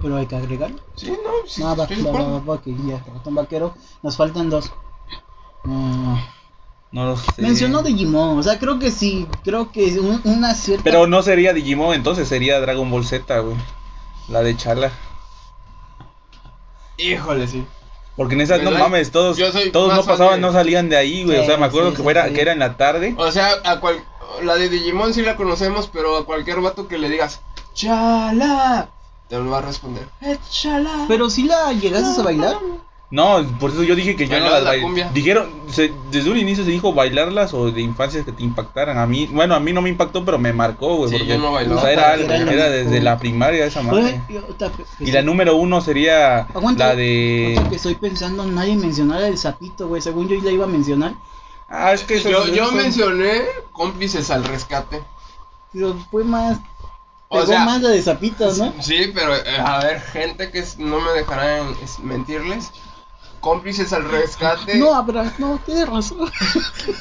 Pero hay que agregarla. Sí, no, sí, No, va, estoy de va, va, acuerdo. va, va, que ya, ratón vaquero. Nos faltan dos. Ah, No lo sé. Mencionó Digimon, o sea, creo que sí, creo que es un- una cierta... Pero no sería Digimon, entonces sería Dragon Ball Z, güey. La de Chala. Híjole, sí. Porque en esas, no ¿Verdad? mames, todos, Yo soy todos más no fan pasaban, de- no salían de ahí, güey. o sea, Sí, me acuerdo sí, que, sí, era, sí. que era en la tarde. O sea, a cual, la de Digimon sí la conocemos, pero a cualquier vato que le digas, ¡Chala! Te lo va a responder. ¡Chala! Pero si la llegaste a bailar. No, por eso yo dije que yo no Bailabas las la bail- cumbia. Dijeron, se- desde un inicio se dijo bailarlas o de infancias que te impactaran. A mí, bueno, a mí no me impactó, pero me marcó, güey. Sí, porque yo no bailaba. o sea, era No, algo, era era, lo mismo. desde la primaria esa madre. Oye, yo- ta- pe- Y la número uno sería Aguanta, la de. aguanta que estoy pensando, nadie mencionara el sapito, güey. Según yo la iba a mencionar. Ah, es que eso- Yo, yo eso- mencioné cómplices al rescate. Pero fue más... O Pegó sea- más la de zapitos, ¿no? Sí, pero eh, a ver, gente que es- no me dejará en- es- mentirles. Cómplices al rescate. No, Abraham, no, tienes razón.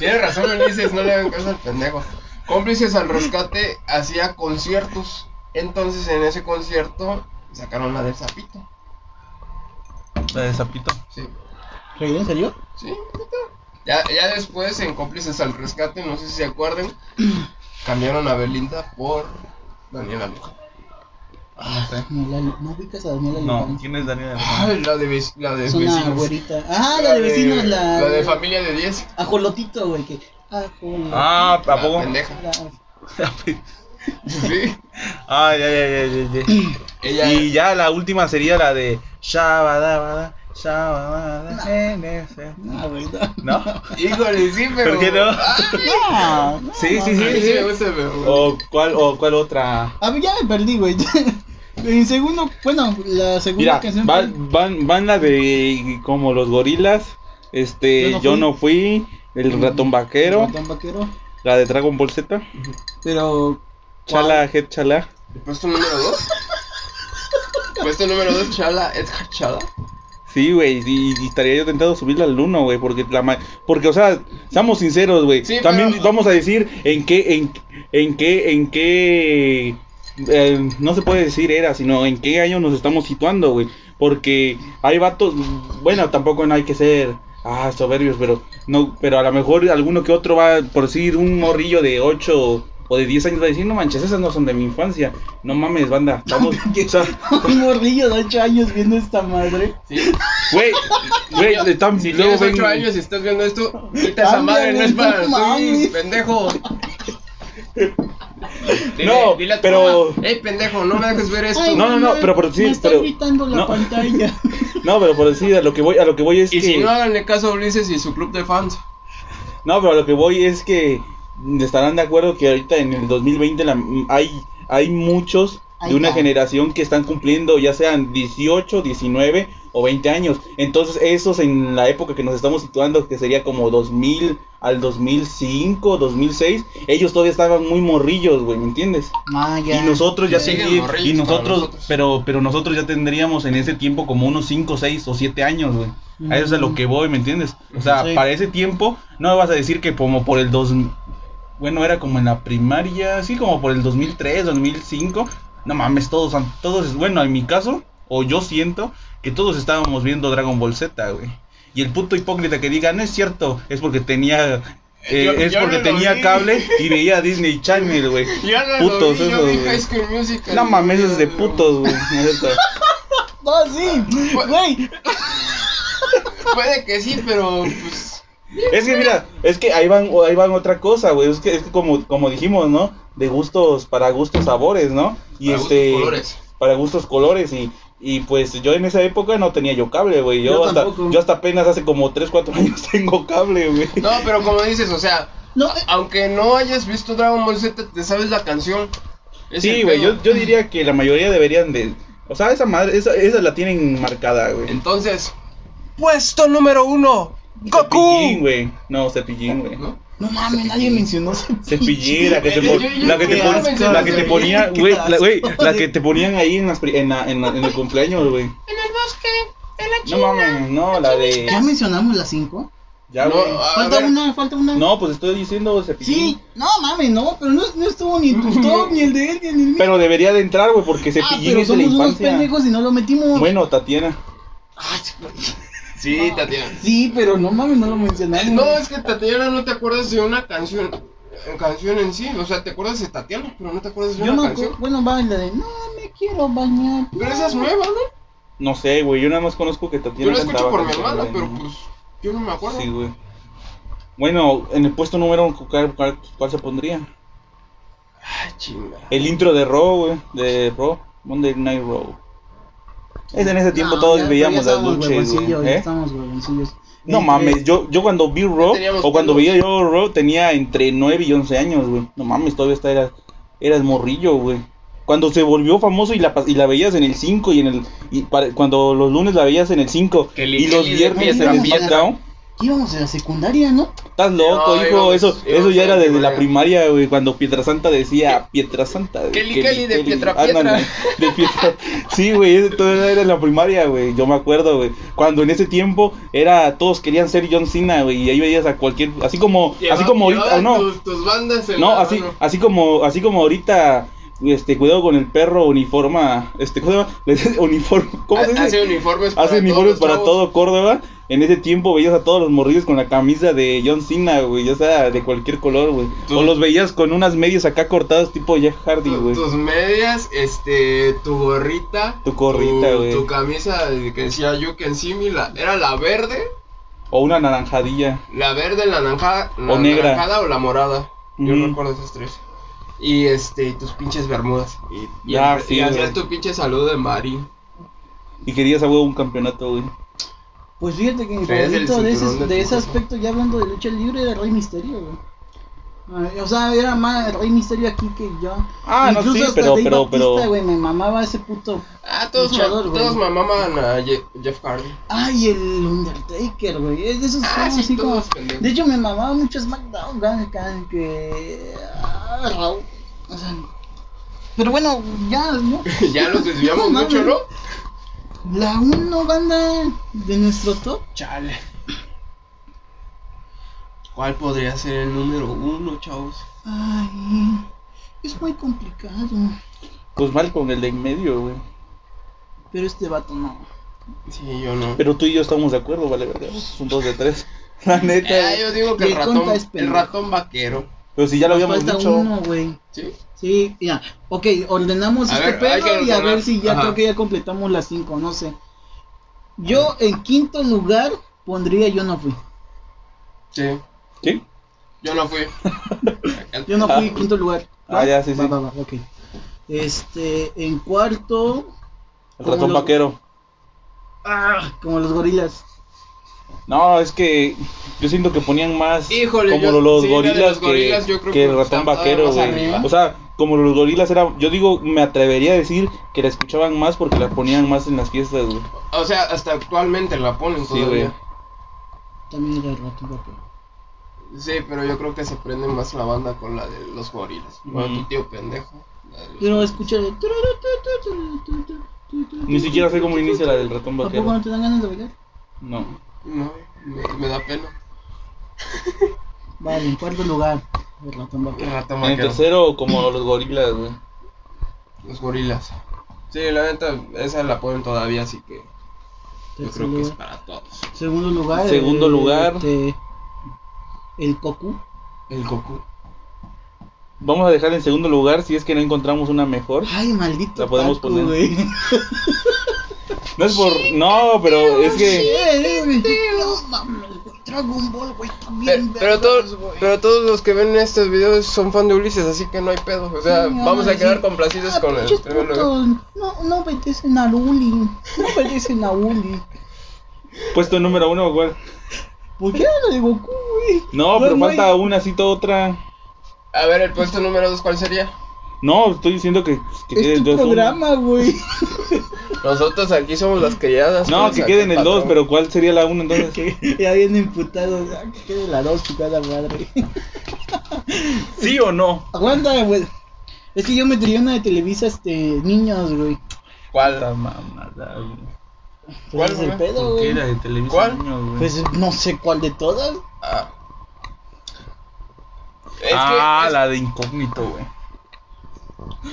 Tienes razón, Ulises, no le hagan caso al pendejo. Cómplices al rescate hacía conciertos. Entonces en ese concierto sacaron la del sapito. La de Zapito. Sí. ¿Reí en serio? Sí, neta. ya, ya después en cómplices al rescate, no sé si se acuerden, cambiaron a Belinda por Daniela Luján. Ah, No sé. No, la, no ubicas a Daniela No, Luján. ¿quién es Daniel? Ay, la de, vec- la de Es una vecinos. güerita. Ah, la de vecinos, la... la de familia de 10. Ajolotito, güey, que... Ajolotito. Ah, ¿a La poco? pendeja. Sí. Ah, ya, ya, ya, ya, ya. Ella. Y ya la última sería la de Shabadabada, Shabadabada, NS. No, güey, no. ¿No? Híjole, sí, pero. ah, ¿Por qué no? No, no, Sí, Sí, sí, sí, sí, sí. me gusta, pero- ¿O cuál, o cuál otra? A ver, ya me perdí, güey. En segundo, bueno, la segunda Mira, canción. va- fue- van, van la de como los gorilas, este, Yo yo no no fui, el ratón vaquero, Ratón vaquero. la de Dragon Ball Z, Pero. Chala, Head Chala. Puesto número 2. Puesto número 2, Chala, Edgar Chala. Sí, güey, y, y estaría yo tentado a subirla al 1, güey, porque la ma- porque o sea, seamos sinceros, güey. Sí, También pero- vamos a decir en qué en en qué en qué eh, no se puede decir era, sino en qué año nos estamos situando, güey, porque hay vatos, bueno, tampoco no hay que ser Ah, soberbios, pero no, pero a lo mejor alguno que otro va por decir un morrillo de 8 o de 10 años va a decir, no manches, esas no son de mi infancia. No mames, banda, estamos, o sea, Un morrillo de 8 años viendo esta madre. Sí. güey, güey, están Si luego tienes ven- 8 años y estás viendo esto, quita esa madre, no es para ti, Mames. pendejo. No, dile a tu pero- mamá, Ey, pendejo, no me dejes ver esto. Ay, No, no, no, me- pero por me decir, está pero- gritando la no. pantalla. No, pero por decir, a lo que voy, a lo que voy es y que si no, háganle caso a Ulises y su club de fans. No, pero a lo que voy es que estarán de acuerdo que ahorita en el 2020 la- hay, hay muchos Ahí de una está. generación que están cumpliendo ya sean 18, 19 o 20 años. Entonces esos en la época que nos estamos situando, que sería como 2000 al 2005, 2006, ellos todavía estaban muy morrillos, güey, ¿me entiendes? Ah, ya. Y nosotros ya Sí. siguen seguir- morrillos y nosotros, para nosotros. pero pero nosotros ya tendríamos en ese tiempo como unos 5, 6 o 7 años, güey. A eso es a lo que voy, ¿me entiendes? O sea, Sí. para ese tiempo no me vas a decir que como por el 2000 bueno, era como en la primaria, sí, como por el 2003, 2005. No mames, todos han- todos bueno, en mi caso o yo siento que todos estábamos viendo Dragon Ball Z, güey. Y el puto hipócrita que diga, "No es cierto", es porque tenía eh, Yo- es yo porque no lo tenía vi. cable y veía Disney Channel, güey. Ya no Putos, lo vi, yo esos, vi güey. High School Musical. No mames, eso es de putos, güey. neta. No, Ah, sí. Güey. Puede que sí, pero pues. Es que mira, es que ahí van, ahí van otra cosa, güey. Es que, es que como, como dijimos, ¿no? De gustos, para gustos sabores, ¿no? Y para este. gustos, colores. Para gustos colores. Y, y pues yo en esa época no tenía yo cable, güey. Yo, Yo hasta, tampoco. yo hasta apenas hace como 3, 4 años tengo cable, güey. No, pero como dices, o sea, No, aunque no hayas visto Dragon Ball Z, te sabes la canción. Es Sí, el güey. pedo. Yo, yo diría que la mayoría deberían de. O sea, esa madre, esa, esa la tienen marcada, güey. Entonces, puesto número uno, Cepillín, Goku. güey. No, cepillín, güey. ¿No? no mames, nadie mencionó ese Cepillín, la que te, Yo- pon- yo- yo- la que te, yo- pon- yo mencioné la que te Cepillín. ponía, Qué güey, la, güey, asco. la que te ponían ahí en, las pri- en, la- en, la- en el cumpleaños, güey. En el bosque, en la No China. mames, no, la de. ¿Ya mencionamos las 5? Ya, No, güey. a Falta ver, una, falta una. No, pues estoy diciendo cepillín. Sí, no mames, no, pero no, no estuvo ni tu top, ni el de él, ni el mío. Pero debería de entrar, güey, porque ah, cepillín pero es de la somos unos infancia. pendejos y no lo metimos. Bueno, Tatiana. Ay, güey. Sí, Tatiana. sí, pero no mames, no lo mencionamos. No, es que Tatiana no te acuerdas de una canción. eh, Canción en sí, o sea, te acuerdas de Tatiana, pero no te acuerdas de yo una me canción. acuerdo. Bueno, va la de no me quiero bañar. Pero esa es nueva, ¿no? No sé, güey, yo nada más conozco que Yo Tatiana la escucho cantaba por mi canciones hermana, de- pero pues yo no me acuerdo. Sí, güey. Bueno, en el puesto número uno, ¿cuál, cuál, cuál se pondría? Ay, chinga. El intro de Raw, güey, de Raw, Monday Night Raw. Es en ese tiempo No, todos ya- veíamos ya las estábamos luchas, huevoncillos, güey. ya ¿eh? Estamos huevoncillos. Eh, No Entre- mames, yo, yo cuando vi Raw, teníamos o cuando pelos. veía yo Raw, tenía entre 9 y 11 años, güey. No mames, todavía está, eras, eras morrillo, güey. Cuando se volvió famoso y la, pas- y la veías en el 5 y en el... Y para- cuando los lunes la veías en el 5 Que li- y los que li- viernes que en el li- SmackDown, Íbamos en la secundaria, ¿no? estás No, loco, hijo. íbamos- eso eso íbamos ya en era la desde la primaria. primaria, güey. Cuando Pietrasanta decía Pietrasanta. güey, Kelly, que Kelly, de Pietra, ándale, Pietra. de Pietra. Sí, güey, eso todo era en la primaria, güey. Yo me acuerdo, güey. Cuando en ese tiempo era todos querían ser John Cena, güey, y ahí veías a cualquier así como así como ahorita, Llevaban no. Tus, tus bandas en No, la así mano. así como así como ahorita este cuidado con el perro uniforma, este ¿cómo se llama? Les- uniforme, ¿cómo se dice? Ah, Hace uniformes Hace uniformes Pues todos los para chavos. todo Córdoba. En ese tiempo veías a todos los morrillos con la camisa de John Cena, güey. Ya sea de cualquier color, güey. Tú- O los veías con unas medias acá cortadas tipo Jeff Hardy, Tu- güey. tus medias, este, tu gorrita, Tu gorrita, tu- güey. tu, camisa de- que decía You Can See Me, la- era la verde, O una naranjadilla. la verde, la naranja, la O negra. naranjada o la morada. Yo Ujú. recuerdo esas tres. Y este, y tus pinches bermudas. Y, y, Ya, y sí, güey. hacías tu pinche saludo de Marín. Y querías a huevo un campeonato, güey. Pues fíjate que mi Traías el favorito de ese, cinturón de de tu ese casa. aspecto, ya hablando de lucha libre, era Rey Misterio, güey. Ah, O sea, era más el Rey Misterio aquí que yo. Ah, no, sí, hasta pero- Dave pero- Bautista, pero- güey, me mamaba ese puto. Ah, todos, ma- Luchador, güey. todos mamaban a Ye- Jeff Hardy. Ay, el Undertaker, güey. Es de esos Ah, juegos sí, así como. todos pendejos. De hecho, me mamaba mucho SmackDown, güey, acá, que. Ah, Raw. O sea. Pero bueno, ya, ¿no? ya nos desviamos No mucho, ¿no? mames. La uno banda de nuestro top. Chale. ¿Cuál podría ser el número uno, chavos? Ay, es muy complicado. Pues mal con el de en medio, güey. Pero este vato no. Sí, yo no. Pero tú y yo estamos de acuerdo, vale, verga. Son dos de tres. La neta. Ah, yo digo que Y el el ratón, conta es el pendejo. ratón vaquero. Pero si ya lo habíamos Falta dicho. uno, güey. ¿Sí? Sí, ya. Ok, ordenamos A este ver, hay que pedo y a ordenar. ver si ya Ajá. creo que ya completamos las cinco, no sé. Yo en quinto lugar pondría Yo no fui. Sí. ¿Sí? Yo no fui. Yo no fui Ah. en quinto lugar. Ah, ya, sí, Va, sí. va, va, ok. Este, en cuarto, El Como ratón los- vaquero. ah, como los gorilas. No, es que yo siento que ponían más Híjole, como yo- los sí, la de gorilas, los gorilas que, yo creo que que el ratón estaba vaquero, más güey. arriba. O sea, como los gorilas era, yo digo, me atrevería a decir que la escuchaban más porque la ponían más en las fiestas, güey. Ah, O sea, hasta actualmente la ponen Sí, todavía. güey. También era el ratón vaquero. Sí, pero yo creo que se prende más la banda con la de los gorilas. Bueno, Ujú. tu tío pendejo. la de los- Pero escuché. Ni siquiera sé cómo inicia la del ratón ¿A poco vaquero. no te dan ganas de bailar? No. No, me, me da pena. Vale, en cuarto lugar, el ratón vaquero. El ratón En el vaquero. tercero, como los gorilas, güey. Los gorilas. Sí, la neta, esa la ponen todavía, así que yo Tercer creo que es lugar. para todos. Segundo lugar. Segundo eh, lugar. este, el Cocu. El Goku. Vamos a dejar en segundo lugar si es que no encontramos una mejor. Ay, maldito. La podemos Paco, poner. güey. No es por. No, pero es que. Eh, güey. No mames, güey, Dragon Ball, güey, Pero, también. pero todos, pero todos los que ven estos videos son fan de Ulises, así que no hay pedo. O sea, vamos a quedar complacidos con el primer lugar. Ah, No, no obedecen a Uli. No obedecen a Uli. Puesto número uno, güey. ¿Por qué no de Goku, güey? No, pero hay- falta una, cita otra. A ver, el puesto número 2, ¿cuál sería? No, estoy diciendo que, que quede Es el tu dos, uno. programa, güey. Nosotros aquí somos las criadas. No, pues, que aquí quede en el patrón. 2, pero ¿cuál sería la 1 entonces? Que ya vienen imputados. Ah, que quede la dos, tu cada madre. ¿Sí o no? Aguanta, güey. Es que yo me tiré una de Televisa, este, niños, güey. ¿Cuál? ¿Cuál, ¿Cuál es el güey? pedo, güey? de televisión? ¿Cuál? Pues no sé cuál de todas. Ah, Es ah, que, es- la de incógnito, güey.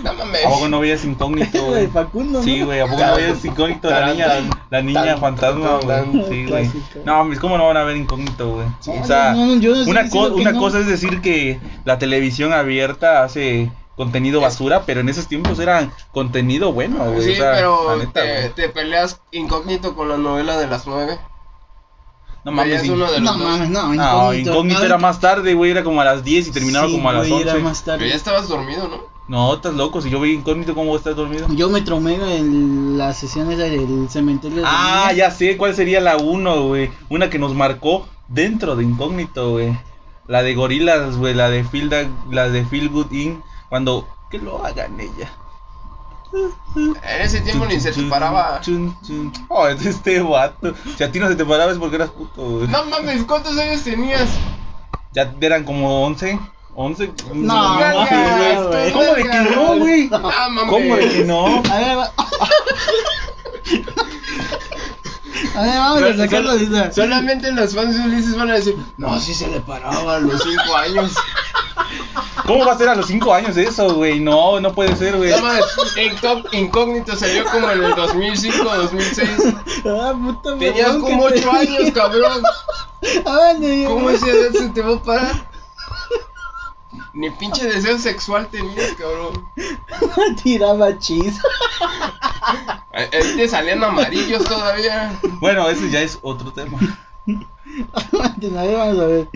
No mames. ¿A poco no veías Eh. incógnito, La de güey? Facundo, Sí, ¿no? güey, ¿a poco no veías incógnito? La Tan, niña, tan, la niña tan, fantasma, tan, tan, güey. Sí, güey. clásico. No, mis, ¿cómo no van a ver incógnito, güey? No, O sea, no, no, yo no estoy una, diciendo co- que una no. cosa es decir que la televisión abierta hace contenido basura, pero en esos tiempos era contenido bueno, güey. Sí, o sea, pero la neta, te, güey. te peleas incógnito con la novela de las nueve. No mames, Veías sí. uno de los No dos. mames, no, incógnito. No, Ah, incógnito era más tarde, güey, era como a las 10 y terminaba Sí, como a las güey, era 11. más Pero ya tarde. estabas dormido, ¿no? No, estás loco, si yo vi incógnito, ¿cómo estás dormido? Yo me tromé en las sesiones del cementerio. de Ah, niños. ya sé, ¿cuál sería la 1, güey? Una que nos marcó dentro de incógnito, güey. La de gorilas, güey, la de Feel, Da- la de Feel Good In, cuando... Que lo hagan ella. En ese tiempo ni se te Chun, paraba. chun, chun. Oh, es este vato. Si a ti no se te paraba es porque eras puto, güey. No mames, ¿cuántos años tenías? Ya eran como 11, 11. No, Vergas, güey. tú ¿Cómo de que vergas. no, güey? No mames. ¿Cómo de que no? A ver, va- A ver, vamos a Sol- sacar la sol- lista. Solamente los fans de Ulises van a decir, no, sí se le paraba a los cinco años. ¿Cómo va a ser a los 5 años eso, güey? No, no puede ser, güey. No mames, Incó- Incógnito salió como en el 2005, 2006. Ah, puta Tenías mamón, como que te- ocho años, cabrón. Ah, vale, ¿Cómo güey. esa edad se te va a parar? Ni pinche deseo sexual tenías, cabrón. Tiraba chis. Ahí ahí Eh, te salían amarillos todavía. Bueno, ese ya es otro tema. A ver, vamos a ver.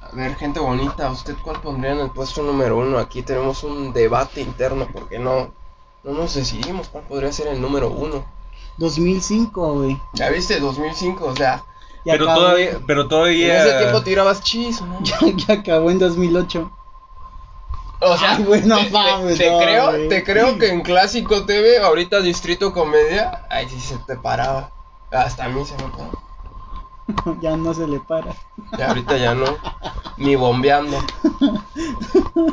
A ver, gente bonita, ¿usted cuál pondría en el puesto número uno? Aquí tenemos un debate interno porque no, no nos decidimos cuál podría ser el número uno. 2005, güey. Ya viste, 2005, o sea, Y Pero acabó- todavía, pero en todavía. ese tiempo tirabas chis, ¿no? Ya, ya acabó en 2008. O sea, Ay, Ah, güey, no te- te- mames, te, no, creo, güey. te creo que en Clásico TV, ahorita Distrito Comedia, ahí sí se te paraba. Hasta a mí se me paraba. ya no se le para. Ya ahorita ya no, ni bombeando. No,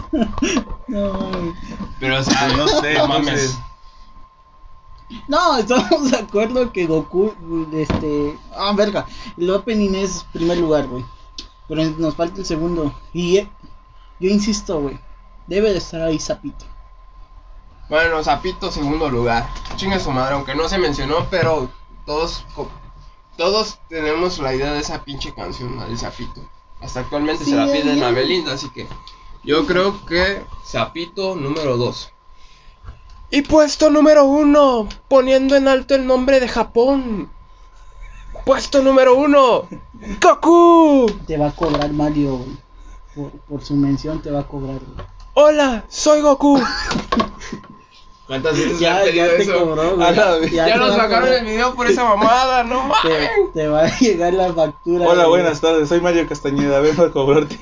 güey. Pero o sea, No sé, no mames. mames. No, estamos de acuerdo que Goku, este... Ah, verga. El opening es primer lugar, güey. Pero nos falta el segundo. Y eh, yo insisto, güey. Debe de estar ahí Zapito. Bueno, Zapito, segundo lugar. chinga su madre, aunque no se mencionó, pero todos co- todos tenemos la idea de esa pinche canción, la del sapito. Hasta actualmente se la piden a Belinda, así que yo creo que sapito número 2. Y puesto número 1, poniendo en alto el nombre de Japón. Puesto número 1, Goku. Te va a cobrar Mario, güey. Por, por su mención te va a cobrar, güey. Hola, soy Goku. ¿Cuántas veces Ya, han pedido ya te eso? cobró, güey. A la vez. Ya Ya, te nos va a sacaron cobrar. el video por esa mamada, no Te, mames. te va a llegar la factura. Hola, güey. buenas tardes, soy Mario Castañeda, vengo a cobrarte.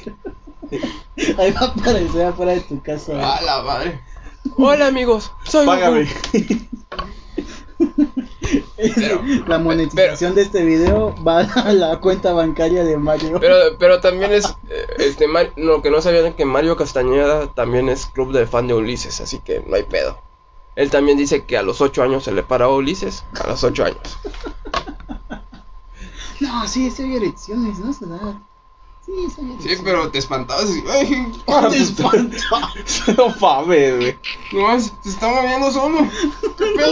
Ahí va a aparecer afuera de tu casa. güey. A la madre. Hola, amigos, soy Págame. Pero- la monetización de este video va a la cuenta bancaria de Mario. Pero, pero también es, eh, este, Mar- lo que no sabían es que Mario Castañeda también es club de fan de Ulises, así que no hay pedo. Él también dice que a los 8 años se le paró a Ulises, a los 8 años. No, sí, sí hay erecciones, no se da. Sí, sí hay erecciones. te espantabas y, Te espantó. no mames, güey. no, se está moviendo solo.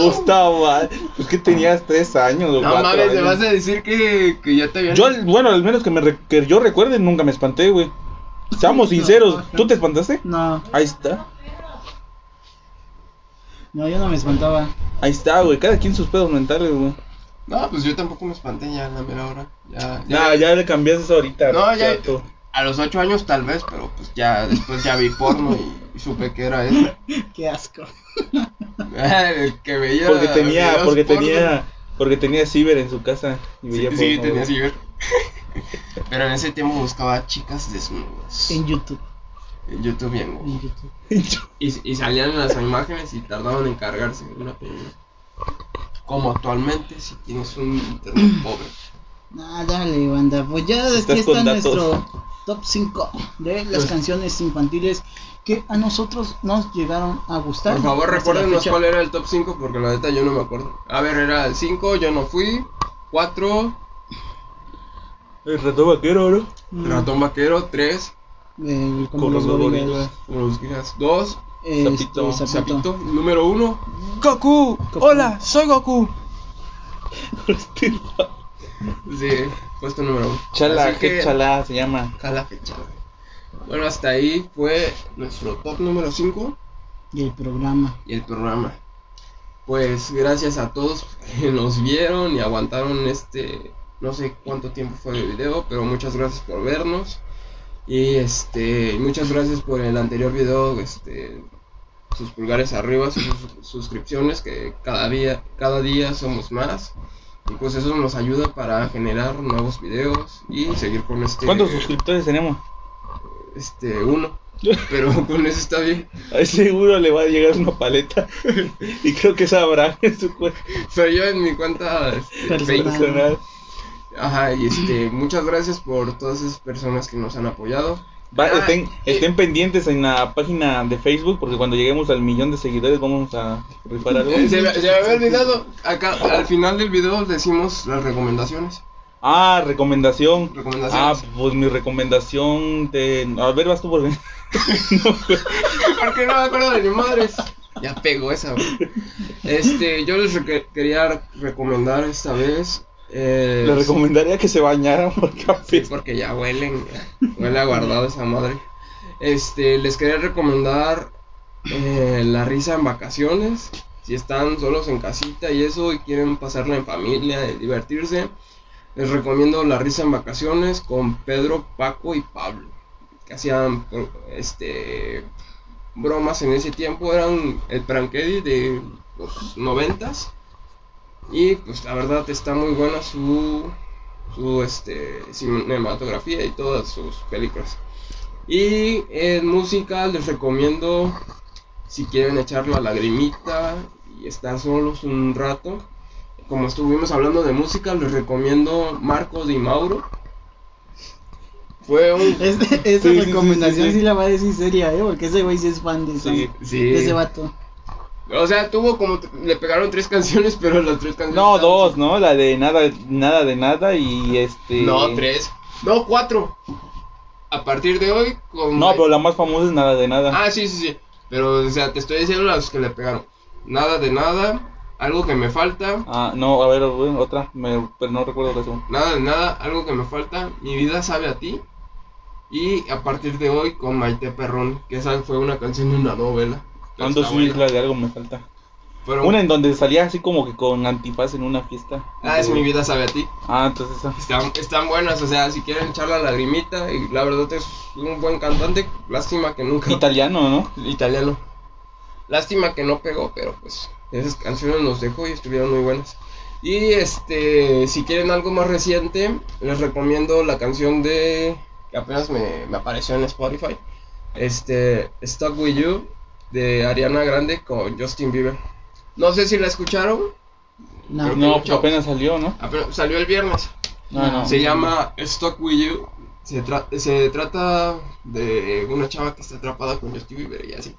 Gustavo, ah, pues que tenías tres años o No cuatro mames, me años. vas a decir que, que ya te habían... Yo, al- bueno, al menos que, me re- que yo recuerde, nunca me espanté, güey. Seamos No, sinceros, no, ¿tú te espantaste? No, Ahí está, no, yo no me espantaba. ahí está, güey. Cada quien sus pedos mentales, güey. No, pues yo tampoco me espanté ya en la mera hora. Ya, Ya, ya le cambiaste eso ahorita. No, ya- chato. A los 8 años tal vez, pero pues ya después ya vi porno y, y supe que era eso. Qué asco. El que veía Porque tenía, videos porque porno. tenía, porque tenía ciber en su casa. Y Sí, veía sí, porno, tenía güey. ciber. Pero en ese tiempo buscaba chicas desnudas. En YouTube, En YouTube y en Google. en YouTube. Y, y salían las imágenes y tardaban en cargarse. Una pena. Como actualmente, si tienes un internet pobre. Ah, dale, banda. Pues ya aquí estás está con datos. nuestro top 5 de las Pues- canciones infantiles que a nosotros nos llegaron a gustar. Por favor, Hasta la recuérdenos fecha. cuál era el top 5 porque la neta yo no me acuerdo. A ver, era el 5, yo no fui. 4, El ratón vaquero, ¿no? Mm, ratón vaquero. 3, eh, como Con los los gorilas, gorilas. como los digas. 2, eh, este, Zapito, Zapito. Zapito. Número 1, Goku, Goku. hola, soy Goku. sí, puesto número 1. Chala, qué chala se llama. Cala fecha. Bueno, hasta ahí fue nuestro top número 5 Y el programa. y el programa. Pues gracias a todos que nos vieron y aguantaron este, no sé cuánto tiempo fue el video, pero muchas gracias por vernos. Y este, muchas gracias por el anterior video, este, sus pulgares arriba, sus sus- suscripciones, que cada día, cada día somos más. Y pues eso nos ayuda para generar nuevos videos y seguir con este... ¿Cuántos suscriptores tenemos? Este, uno. Pero con eso está bien. A ese seguro le va a llegar una paleta. y creo que sabrá en su cuenta Pero yo en mi cuenta este, Personal. Facebook. personal. Ajá, y este, muchas gracias por todas esas personas que nos han apoyado. Va- Ah, estén, y- estén pendientes en la página de Facebook porque cuando lleguemos al millón de seguidores vamos a rifar algo. Eh, se, me, se me había olvidado, acá al final del video decimos las recomendaciones. Ah, recomendación. Ah, Recomendaciones. pues mi recomendación de... A ver, vas tú por... Porque no me acuerdo de ni madres. Ya pegó esa, güey. Este, yo les reque- quería recomendar esta vez. eh, Le recomendaría que se bañaran porque Sí, apesta. porque ya huelen, huele a guardado esa madre. Este, les quería recomendar eh, La risa en vacaciones. Si están solos en casita y eso y quieren pasarla en familia y divertirse, les recomiendo La risa en vacaciones con Pedro, Paco y Pablo, que hacían pro- este bromas en ese tiempo, eran el pranquedi de los noventas. Y pues la verdad está muy buena su su este, cinematografía y todas sus películas. Y en música les recomiendo, si quieren echar la lagrimita y estar solos un rato, como estuvimos hablando de música, les recomiendo Marcos Di Mauro. Fue un... Este- esa Sí, sí, sí, recomendación sí, sí, sí. la va a decir seria, ¿eh? Porque ese güey sí es fan de, esa- Sí. sí. de ese vato. O sea, tuvo como... Le pegaron tres canciones, pero las tres canciones... No, estaban- dos, ¿no? La de nada, nada de nada y este... No, tres. No, cuatro. A partir de hoy... Con No, pero la más famosa es nada de nada. Ah, sí, sí, sí. Pero, o sea, te estoy diciendo las que le pegaron. Nada de nada. Algo que me falta. Ah, no, a ver, bueno, otra, me- pero no recuerdo la segunda. Nada de nada, algo que me falta. Mi vida sabe a ti. Y a partir de hoy con Maite Perrón, que esa fue una canción de una novela. Está ¿Cuándo subís buena. la de algo me falta? Pero- Una en donde salía así como que con antifaz en una fiesta. Ah, es mi vida sabe a ti. Ah, entonces esa. Están, están buenas, o sea, si quieren echar la lagrimita. Y la verdad es un buen cantante. Lástima que nunca. Italiano, ¿no? italiano. Lástima que no pegó, pero pues esas canciones nos dejó y estuvieron muy buenas. Y este, si quieren algo más reciente, les recomiendo la canción de que apenas me, me apareció en Spotify, este Stuck with You de Ariana Grande con Justin Bieber. No sé si la escucharon, No. No, pues apenas salió, ¿no? ape- salió el viernes. No, no. Se llama Stuck with You. Se, tra- se trata de una chava que está atrapada con Justin Bieber y así.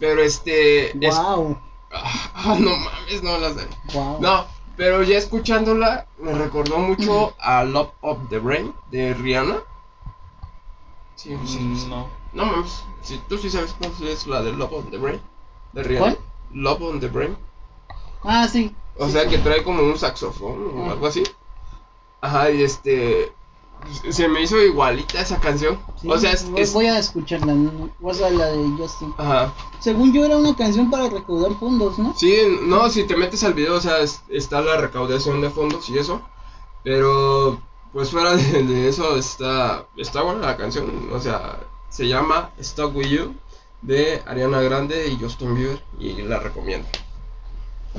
Pero este es- Wow. Ah, ah, no mames, no la sé. Wow. No, pero ya escuchándola me recordó mucho a Love of the Brain de Rihanna. Sí, sí, Mm, sí. Mm, No. No mames, si tú sí sabes cuál es la de Love on the Brain de Rihanna. ¿Cuál? Love on the Brain. Ah, sí. O sea que trae como un saxofón o Ah. algo así. Ajá, y este se me hizo igualita esa canción. Sí, o sea, es, voy, es- voy a escucharla. ¿no? O sea, la de Justin. ajá. Según yo, era una canción para recaudar fondos, ¿no? Sí, no, si te metes al video, o sea, es- está la recaudación de fondos y eso. Pero, pues fuera de, de eso, está, está buena la canción. O sea, se llama Stuck With You de Ariana Grande y Justin Bieber. Y la recomiendo.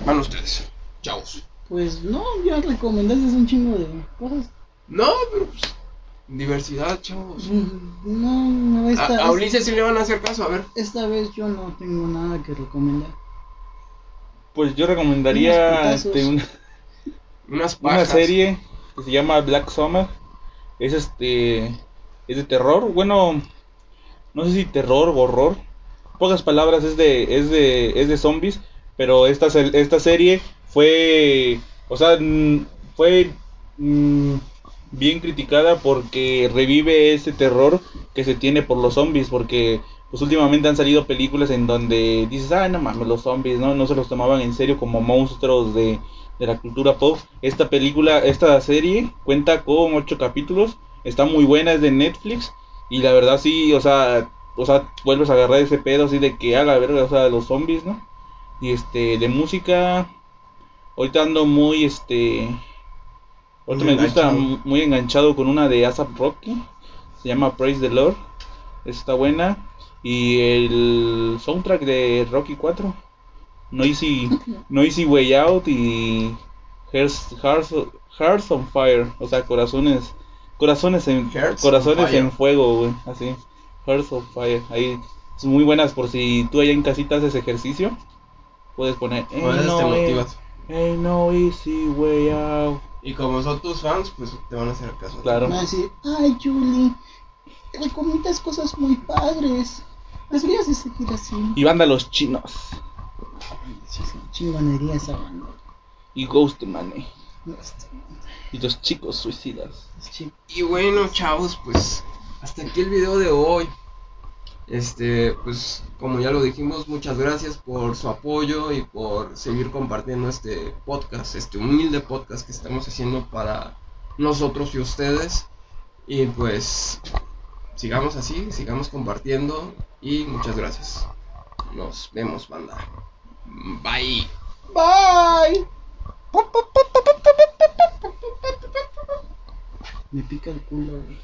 Van ustedes. Chao. Pues no, ya recomendaste un chingo de cosas. No, pero pues, diversidad, chavos. Mm, No, no, A, esta, a Ulises sí le van a hacer caso, a ver. esta vez yo no tengo nada que recomendar. Pues yo Unos recomendaría putazos. este, una, Unas una pajas. serie que se llama Black Summer. Es este es de terror, bueno, no sé si terror o horror. Pocas palabras es de es de es de zombies, pero esta se- esta serie fue o sea, mm, fue mm, bien criticada porque revive ese terror que se tiene por los zombies porque pues últimamente han salido películas en donde dices, ah, no mames, los zombies, ¿no? No se los tomaban en serio como monstruos de, de la cultura pop. Esta película, esta serie, cuenta con ocho capítulos, está muy buena, es de Netflix, y la verdad sí, o sea, o sea, vuelves a agarrar ese pedo así de que a la verga, o sea, los zombies, ¿no? Y este, de música, ahorita ando muy, este, ahorita Muy me gusta enganchado. mu- muy enganchado con una de ASAP Rocky, se llama Praise the Lord, está buena, y el soundtrack de Rocky 4, No Easy, no Easy Way Out y Hearts, Hearts, Hearts on Fire, o sea, corazones, corazones en, Hearts on corazones fire. en fuego, güey, así, Hearts on Fire, ahí, son muy buenas por si tú allá en casita haces ejercicio, puedes poner, "Ain't A veces te no, e- motivas. ain't no easy way out, Y como son tus fans, pues te van a hacer caso. claro, Van a decir, ay, Julie, recomiendas cosas muy padres. Deberías de seguir así. y banda los chinos, Chingonería esa banda. y Ghost Money, No, este, y los chicos suicidas. es chido. Y bueno, chavos, pues hasta aquí el video de hoy. Este, pues como ya lo dijimos, muchas gracias por su apoyo y por seguir compartiendo este podcast, este humilde podcast que estamos haciendo para nosotros y ustedes. Y pues sigamos así, sigamos compartiendo y muchas gracias. Nos vemos, banda. Bye. Bye. Me pica el culo, güey.